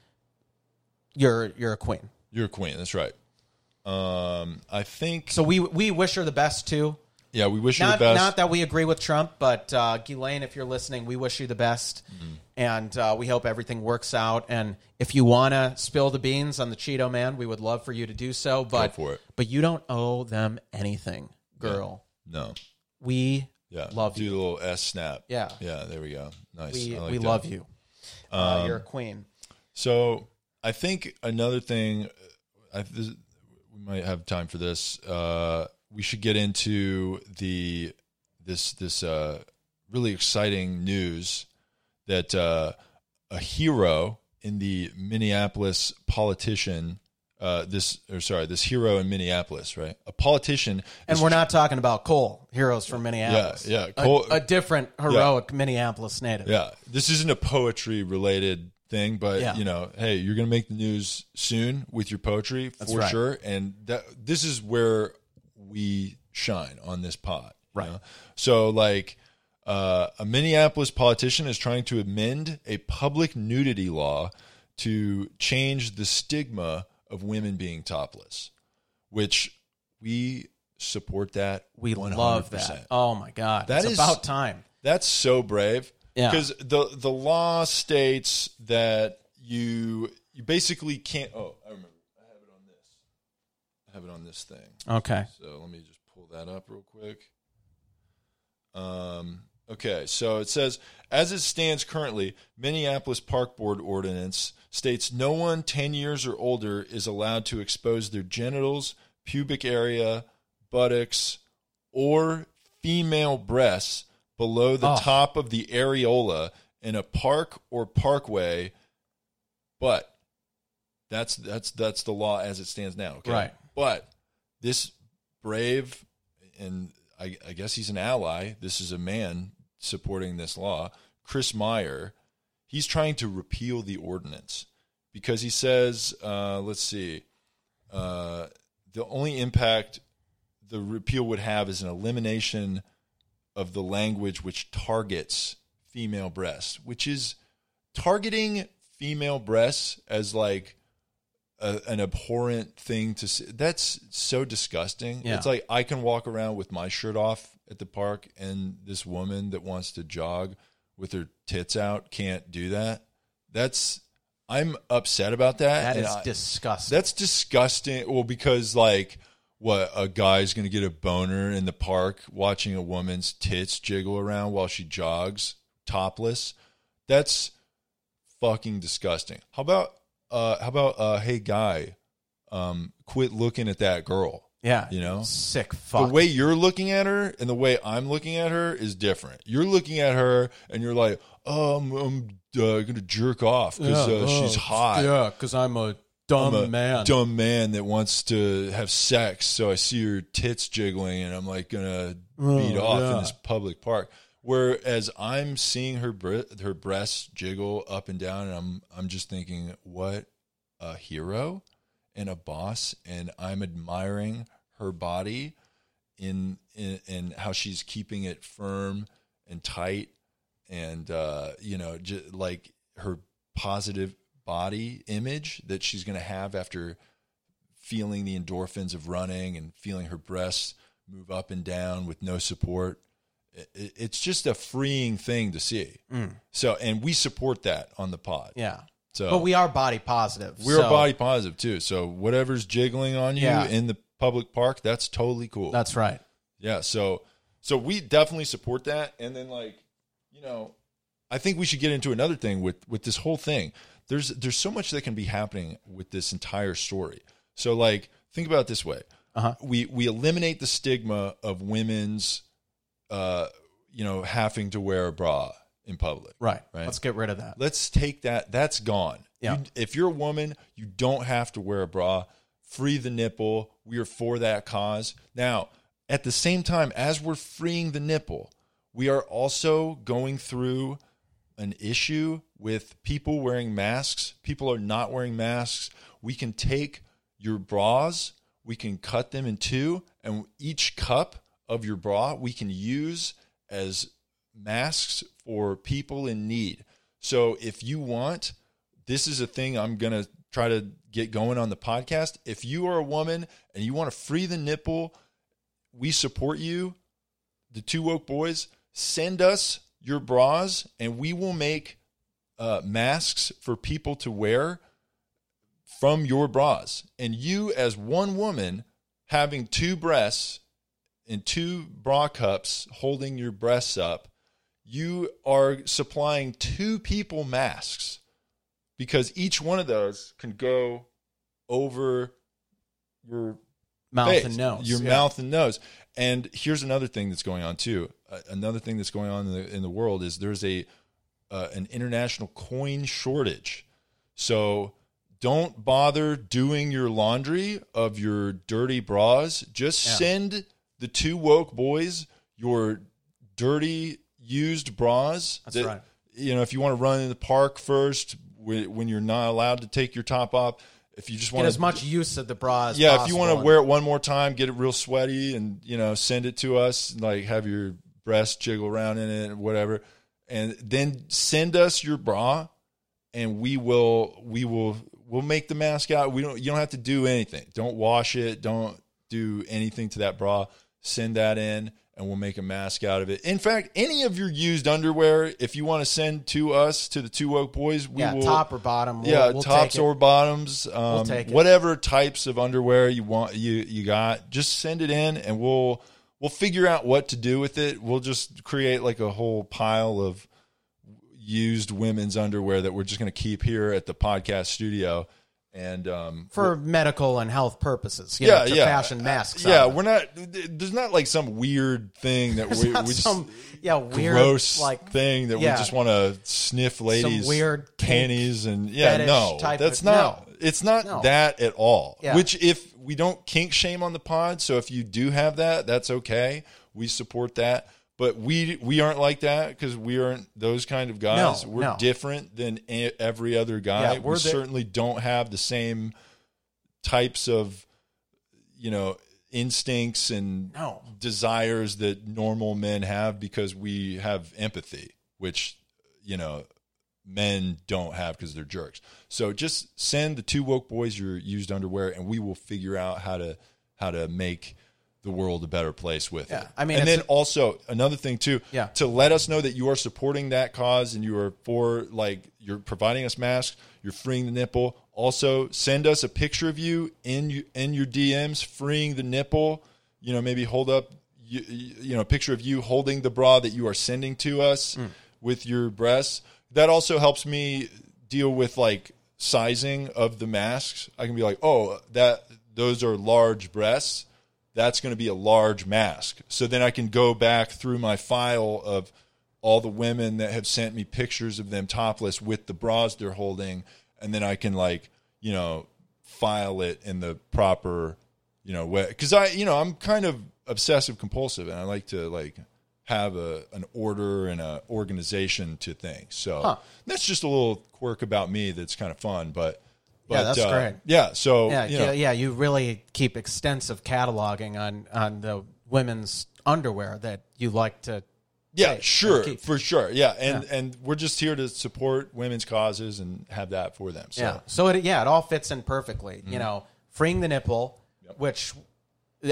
Speaker 2: you're you're a queen.
Speaker 1: You're a queen. That's right. Um, I think.
Speaker 2: So we we wish her the best too.
Speaker 1: yeah, we wish you
Speaker 2: Not
Speaker 1: the best.
Speaker 2: not that we agree with Trump, but uh, Ghislaine, if you're listening, we wish you the best,
Speaker 1: Mm-hmm.
Speaker 2: and uh, we hope everything works out. And if you want to spill the beans on the Cheeto Man, we would love for you to do so. But
Speaker 1: for it.
Speaker 2: but you don't owe them anything, girl.
Speaker 1: no.
Speaker 2: We
Speaker 1: Yeah.
Speaker 2: love
Speaker 1: Do
Speaker 2: you.
Speaker 1: the little S snap.
Speaker 2: Yeah.
Speaker 1: Yeah. There we go. Nice.
Speaker 2: We,
Speaker 1: I like
Speaker 2: we
Speaker 1: that. Um,
Speaker 2: love you. Uh, you're a queen.
Speaker 1: So I think another thing, uh, I, this, we might have time for this. Uh, we should get into the this this uh, really exciting news that uh, a hero in the Minneapolis politician. Uh, this or sorry, this hero in Minneapolis, right? A politician,
Speaker 2: And
Speaker 1: is-
Speaker 2: we're not talking about Cole, heroes from Minneapolis.
Speaker 1: yeah,
Speaker 2: A-
Speaker 1: Cole-
Speaker 2: a, different heroic Minneapolis native.
Speaker 1: Yeah, this isn't a poetry related thing, but
Speaker 2: Yeah.
Speaker 1: you know, hey, you're gonna make the news soon with your poetry for
Speaker 2: right.
Speaker 1: sure, and that this is where we shine on this pod. Right. So like uh, a Minneapolis politician is trying to amend a public nudity law to change the stigma of women being topless, which we support that.
Speaker 2: We
Speaker 1: 100%.
Speaker 2: love that. Oh my god,
Speaker 1: That
Speaker 2: it's
Speaker 1: is-
Speaker 2: about time.
Speaker 1: That's so brave.
Speaker 2: Yeah.
Speaker 1: Because the the law states that you you basically can't. Oh, I remember. I have it on this. I have it on this thing.
Speaker 2: Okay,
Speaker 1: So let me just pull that up real quick. Um, okay, so it says as it stands currently, Minneapolis Park Board ordinance states no one 10 years or older is allowed to expose their genitals, pubic area, buttocks, or female breasts below the
Speaker 2: Oh.
Speaker 1: top of the areola in a park or parkway, but that's that's that's the law as it stands now. Okay,
Speaker 2: Right.
Speaker 1: But this brave, and I, I guess he's an ally. This is a man supporting this law, Chris Meyer. He's trying to repeal the ordinance because he says, uh, let's see, uh, the only impact the repeal would have is an elimination of the language which targets female breasts, which is targeting female breasts as like a, an abhorrent thing to see. That's so disgusting.
Speaker 2: Yeah.
Speaker 1: It's like I can walk around with my shirt off at the park, and this woman that wants to jog with her tits out can't do that. That's I'm upset about that.
Speaker 2: that
Speaker 1: and
Speaker 2: is
Speaker 1: I-
Speaker 2: disgusting.
Speaker 1: that's disgusting. Well, because like, what a guy's gonna get a boner in the park watching a woman's tits jiggle around while she jogs topless. That's fucking disgusting. How about uh, how about uh, hey guy, um, quit looking at that girl.
Speaker 2: yeah,
Speaker 1: you know?
Speaker 2: sick fuck.
Speaker 1: The way you're looking at her and the way I'm looking at her is different. You're looking at her and you're like, oh, I'm, I'm uh, gonna jerk off because uh,
Speaker 2: oh,
Speaker 1: she's hot.
Speaker 2: Yeah, because I'm a dumb
Speaker 1: I'm a Dumb man that wants to have sex. So I see her tits jiggling and I'm like gonna beat off in
Speaker 2: Oh, yeah.
Speaker 1: this public park. Whereas I'm seeing her bre- her breasts jiggle up and down, and I'm I'm just thinking, what a hero and a boss, and I'm admiring her body in in, in how she's keeping it firm and tight, and uh, you know, j- like her positive body image that she's going to have after feeling the endorphins of running and feeling her breasts move up and down with no support. I- i- It's just a freeing thing to see. So, and we support that on the pod.
Speaker 2: Mm. yeah,
Speaker 1: So,
Speaker 2: but we are body positive.
Speaker 1: we're
Speaker 2: so
Speaker 1: body positive too. So, whatever's jiggling on you
Speaker 2: Yeah.
Speaker 1: in the public park, that's totally cool.
Speaker 2: That's right.
Speaker 1: Yeah, so so we definitely support that and then like, you know, I think we should get into another thing with with this whole thing. There's there's so much that can be happening with this entire story. So like think about it this way.
Speaker 2: Uh-huh.
Speaker 1: We we eliminate the stigma of women's uh you know, having to wear a bra in public.
Speaker 2: Right.
Speaker 1: Right.
Speaker 2: Let's get rid of that.
Speaker 1: Let's take that. That's gone.
Speaker 2: Yeah.
Speaker 1: You- if you're a woman, you don't have to wear a bra. Free the nipple. We are for that cause. Now, at the same time, as we're freeing the nipple, we are also going through an issue with people wearing masks. People are not wearing masks. We can take your bras, we can cut them in two, and each cup of your bra we can use as masks for people in need. So if you want, this is a thing I'm going to try to get going on the podcast. If you are a woman and you want to free the nipple, we support you. The Two Woke Boys, send us your bras and we will make uh, masks for people to wear from your bras. And you, as one woman, having two breasts and two bra cups holding your breasts up, you are supplying two people masks because each one of those can go over your
Speaker 2: Mouth
Speaker 1: face,
Speaker 2: and nose.
Speaker 1: your
Speaker 2: Yeah.
Speaker 1: mouth and nose. And here's another thing that's going on too. Uh, another thing that's going on in the, in the world is there's a uh, an international coin shortage. So don't bother doing your laundry of your dirty bras. Just
Speaker 2: Yeah.
Speaker 1: send the two woke boys your dirty used bras.
Speaker 2: That's right.
Speaker 1: You know, if you want to run in the park first wh- when you're not allowed to take your top off, if you just
Speaker 2: Get
Speaker 1: want
Speaker 2: as much use of the bra as
Speaker 1: yeah,
Speaker 2: possible.
Speaker 1: if you want to wear it one more time, get it real sweaty, and you know, send it to us. and, Like have your breast jiggle around in it, whatever, and then send us your bra, and we will we will we'll make the mask out. We don't you don't have to do anything. Don't wash it. Don't do anything to that bra. Send that in, and we'll make a mask out of it. In fact, any of your used underwear, if you want to send to us to the Two Woke Boys, we
Speaker 2: yeah,
Speaker 1: will
Speaker 2: top or bottom. We'll,
Speaker 1: yeah,
Speaker 2: we'll
Speaker 1: tops
Speaker 2: take it.
Speaker 1: or bottoms, um,
Speaker 2: take it.
Speaker 1: whatever types of underwear you want, you you got, just send it in, and we'll we'll figure out what to do with it. We'll just create like a whole pile of used women's underwear that we're just going to keep here at the podcast studio, and um,
Speaker 2: for medical and health purposes. You know, to fashion masks.
Speaker 1: Yeah,
Speaker 2: out of it.
Speaker 1: we're not. There's not like some weird thing that we, we just,
Speaker 2: some yeah weird
Speaker 1: gross
Speaker 2: like
Speaker 1: thing that
Speaker 2: yeah.
Speaker 1: we just want to sniff ladies
Speaker 2: weird pink
Speaker 1: panties and yeah
Speaker 2: fetish
Speaker 1: no
Speaker 2: type
Speaker 1: that's
Speaker 2: of-
Speaker 1: not
Speaker 2: no.
Speaker 1: it's not
Speaker 2: No.
Speaker 1: that at all
Speaker 2: Yeah.
Speaker 1: which if we don't kink shame on the pod so if you do have that that's okay we support that but we we aren't like that because we aren't those kind of guys
Speaker 2: No,
Speaker 1: we're
Speaker 2: no.
Speaker 1: different than e- every other guy
Speaker 2: Yeah,
Speaker 1: we
Speaker 2: we're the-
Speaker 1: certainly don't have the same types of you know instincts and
Speaker 2: no
Speaker 1: desires that normal men have because we have empathy, which you know men don't have because they're jerks. So just send the two woke boys your used underwear, and we will figure out how to how to make the world a better place with
Speaker 2: Yeah,
Speaker 1: it.
Speaker 2: I mean,
Speaker 1: and
Speaker 2: it's
Speaker 1: then also another thing too,
Speaker 2: Yeah.
Speaker 1: to let us know that you are supporting that cause and you are for like you're providing us masks, you're freeing the nipple. Also, send us a picture of you in you in your DMs freeing the nipple. You know, maybe hold up you, you know a picture of you holding the bra that you are sending to us with your breasts. That also helps me deal with like sizing of the masks. I can be like, "Oh, that those are large breasts." that's going to be a large mask. So then I can go back through my file of all the women that have sent me pictures of them topless with the bras they're holding, and then I can like you know file it in the proper you know way because I you know I'm kind of obsessive compulsive and I like to like have a an order and a organization to things. So that's just a little quirk about me that's kind of fun, but. But, uh,
Speaker 2: Yeah, that's great.
Speaker 1: Yeah, so
Speaker 2: yeah
Speaker 1: you know,
Speaker 2: yeah, yeah you really keep extensive cataloging on on the women's underwear that you like to
Speaker 1: Yeah,
Speaker 2: Right,
Speaker 1: sure,
Speaker 2: and keep-
Speaker 1: for sure. Yeah, and and we're just here to support women's causes and have that for them. So
Speaker 2: yeah Mm-hmm. so it yeah it all fits in perfectly you know freeing the nipple which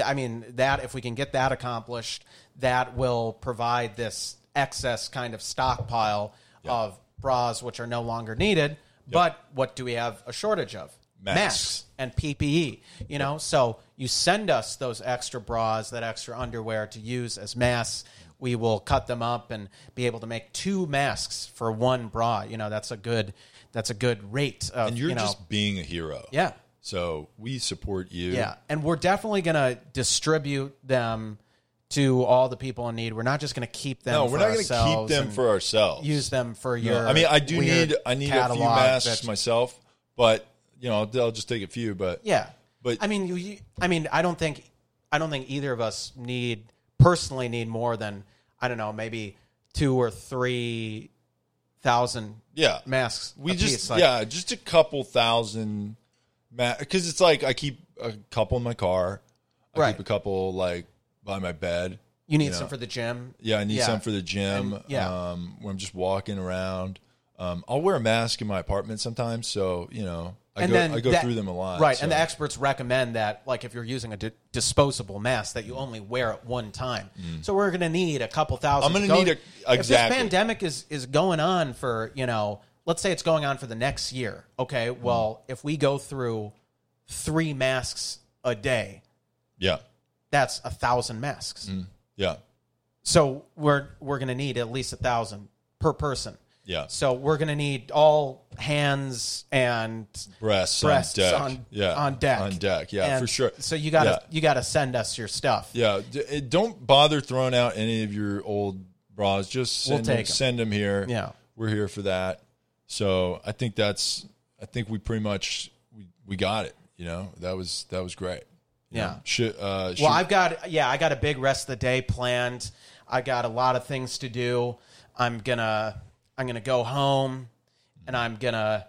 Speaker 2: I mean that if we can get that accomplished that will provide this excess kind of stockpile of bras which are no longer needed but what do we have a shortage of
Speaker 1: Masks.
Speaker 2: and PPE. You know, so you send us those extra bras, that extra underwear to use as masks. We will cut them up and be able to make two masks for one bra. You know, that's a good that's a good rate of
Speaker 1: and you're
Speaker 2: you know,
Speaker 1: just being a hero.
Speaker 2: yeah.
Speaker 1: So we support you.
Speaker 2: Yeah, and we're definitely going to distribute them to all the people in need. We're not just going to keep them
Speaker 1: No, we're
Speaker 2: for
Speaker 1: not going to keep
Speaker 2: ourselves
Speaker 1: them
Speaker 2: and
Speaker 1: for ourselves.
Speaker 2: use them for
Speaker 1: No,
Speaker 2: your
Speaker 1: I mean, I do
Speaker 2: weird
Speaker 1: need I need a few
Speaker 2: catalog
Speaker 1: masks
Speaker 2: that's-
Speaker 1: myself, but you know, I'll, I'll just take a few. But
Speaker 2: Yeah,
Speaker 1: But-
Speaker 2: I mean, you, you, I mean, I don't think, I don't think either of us need personally need more than I don't know, maybe two or three thousand
Speaker 1: yeah,
Speaker 2: masks.
Speaker 1: we
Speaker 2: apiece.
Speaker 1: just
Speaker 2: Like,
Speaker 1: yeah, just a couple thousand. Because it's like I keep a couple in my car. I
Speaker 2: Right.
Speaker 1: keep a couple like by my bed.
Speaker 2: You need
Speaker 1: know.
Speaker 2: some for the gym.
Speaker 1: Yeah, I need
Speaker 2: Yeah.
Speaker 1: some for the gym.
Speaker 2: And- yeah.
Speaker 1: Um, when I'm just walking around. Um, I'll wear a mask in my apartment sometimes, so you know I
Speaker 2: and
Speaker 1: go
Speaker 2: then
Speaker 1: I go
Speaker 2: that-
Speaker 1: through them a lot.
Speaker 2: right?
Speaker 1: so-
Speaker 2: And the experts recommend that, like, if you're using a di- disposable mask, that you only wear it one time. So we're going to need a couple 1000
Speaker 1: Mm. I'm gonna
Speaker 2: to go-
Speaker 1: need a-
Speaker 2: If
Speaker 1: exactly.
Speaker 2: this pandemic is is going on for you know, let's say it's going on for the next year. Okay,
Speaker 1: Mm.
Speaker 2: well, if we go through three masks a day,
Speaker 1: yeah,
Speaker 2: that's a thousand masks.
Speaker 1: Mm. yeah,
Speaker 2: So we're we're going to need at least a thousand per person.
Speaker 1: yeah.
Speaker 2: So we're going to need all hands and
Speaker 1: Breasts,
Speaker 2: breasts
Speaker 1: on deck.
Speaker 2: on
Speaker 1: yeah,
Speaker 2: on deck
Speaker 1: on deck. Yeah,
Speaker 2: And
Speaker 1: for sure.
Speaker 2: So you gotta
Speaker 1: Yeah.
Speaker 2: you gotta send us your stuff.
Speaker 1: Yeah, d- it- don't bother throwing out any of your old bras. Just
Speaker 2: We'll
Speaker 1: send
Speaker 2: take
Speaker 1: them,
Speaker 2: 'em.
Speaker 1: send them here.
Speaker 2: Yeah.
Speaker 1: we're here for that. So I think that's I think we pretty much we, we got it. You know that was that was great. You
Speaker 2: Yeah.
Speaker 1: know, should, uh, should
Speaker 2: Well, I've got yeah, I got a big rest of the day planned. I got a lot of things to do. I'm gonna I'm gonna go home, and I'm gonna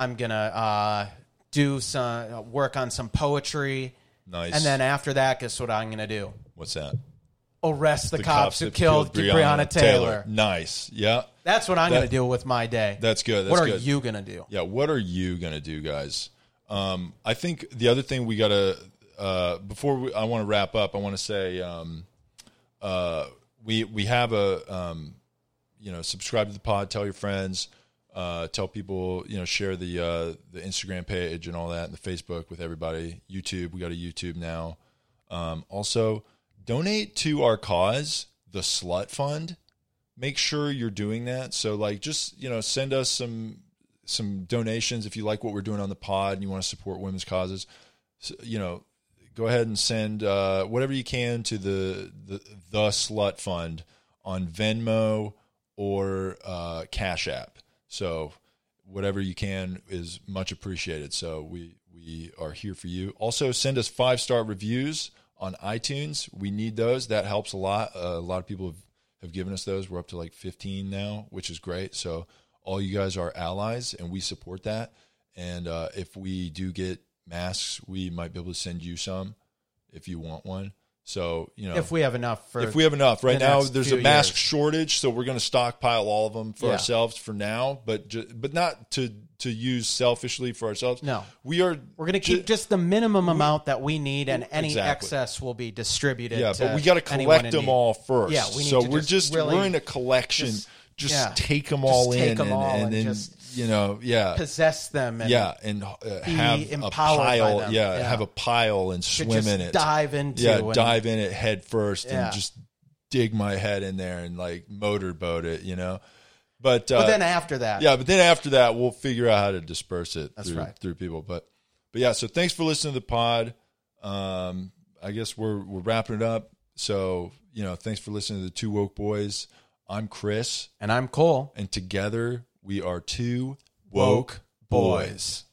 Speaker 2: I'm gonna uh, do some uh, work on some poetry,
Speaker 1: Nice.
Speaker 2: and then after that, guess what I'm going to do?
Speaker 1: what's that?
Speaker 2: Arrest the,
Speaker 1: The
Speaker 2: cops, who killed, Breonna, Taylor.
Speaker 1: Nice. Yeah.
Speaker 2: That's what I'm
Speaker 1: That-
Speaker 2: going to do with my day.
Speaker 1: That's good. That's
Speaker 2: what are
Speaker 1: good.
Speaker 2: you going to do?
Speaker 1: Yeah, what are you gonna do, guys? Um, I think the other thing we gotta uh, before we, I want to wrap up. I want to say um, uh, we we have a um, you know subscribe to the pod, tell your friends, uh, tell people you know share the uh, the Instagram page and all that, and the Facebook with everybody. YouTube, we got a YouTube now. Um, also, donate to our cause, the Slut Fund. Make sure you're doing that. So, like, just you know, send us some some donations if you like what we're doing on the pod and you want to support women's causes. So, you know, go ahead and send uh, whatever you can to the the, the Slut Fund on Venmo or uh, Cash App. So whatever you can is much appreciated. So we we are here for you. Also, send us five star reviews on iTunes. We need those. That helps a lot. Uh, a lot of people have, have given us those. We're up to like 15 now, which is great. So all you guys are allies, and we support that. And uh, if we do get masks, we might be able to send you some if you want one. So you know,
Speaker 2: If we have enough for
Speaker 1: if we have enough right
Speaker 2: the
Speaker 1: now
Speaker 2: next
Speaker 1: there's a
Speaker 2: few
Speaker 1: mask
Speaker 2: years.
Speaker 1: shortage so we're going to stockpile all of them for
Speaker 2: Yeah.
Speaker 1: ourselves for now but ju- but not to to use selfishly for ourselves
Speaker 2: No.
Speaker 1: we are
Speaker 2: we're going to keep just the minimum amount that we need, and any
Speaker 1: Exactly.
Speaker 2: excess will be distributed.
Speaker 1: yeah
Speaker 2: to
Speaker 1: but we got to
Speaker 2: uh, anyone in
Speaker 1: collect them
Speaker 2: need.
Speaker 1: all first
Speaker 2: Yeah, we need
Speaker 1: so
Speaker 2: to
Speaker 1: we're
Speaker 2: just
Speaker 1: just
Speaker 2: really
Speaker 1: we're in a collection just,
Speaker 2: just- yeah.
Speaker 1: take them
Speaker 2: Just
Speaker 1: all
Speaker 2: take
Speaker 1: in
Speaker 2: 'em
Speaker 1: and,
Speaker 2: all
Speaker 1: and,
Speaker 2: and
Speaker 1: then
Speaker 2: just
Speaker 1: you know yeah
Speaker 2: Possess them. And
Speaker 1: yeah and uh, have a
Speaker 2: empowered by
Speaker 1: pile
Speaker 2: them.
Speaker 1: Yeah,
Speaker 2: Yeah.
Speaker 1: have a pile and
Speaker 2: to
Speaker 1: swim
Speaker 2: just
Speaker 1: in it
Speaker 2: dive into.
Speaker 1: yeah
Speaker 2: and-
Speaker 1: dive in it head first
Speaker 2: Yeah.
Speaker 1: and just dig my head in there and like motorboat it you know but, uh,
Speaker 2: But then after that,
Speaker 1: yeah, but then after that, we'll figure out how to disperse it through,
Speaker 2: right.
Speaker 1: through people. But but yeah, so thanks for listening to the pod. Um, I guess we're we're wrapping it up. So you know, thanks for listening to the Two Woke Boys. I'm Chris,
Speaker 2: and I'm Cole.
Speaker 1: and together we are two woke,
Speaker 2: Woke
Speaker 1: boys.
Speaker 2: boys.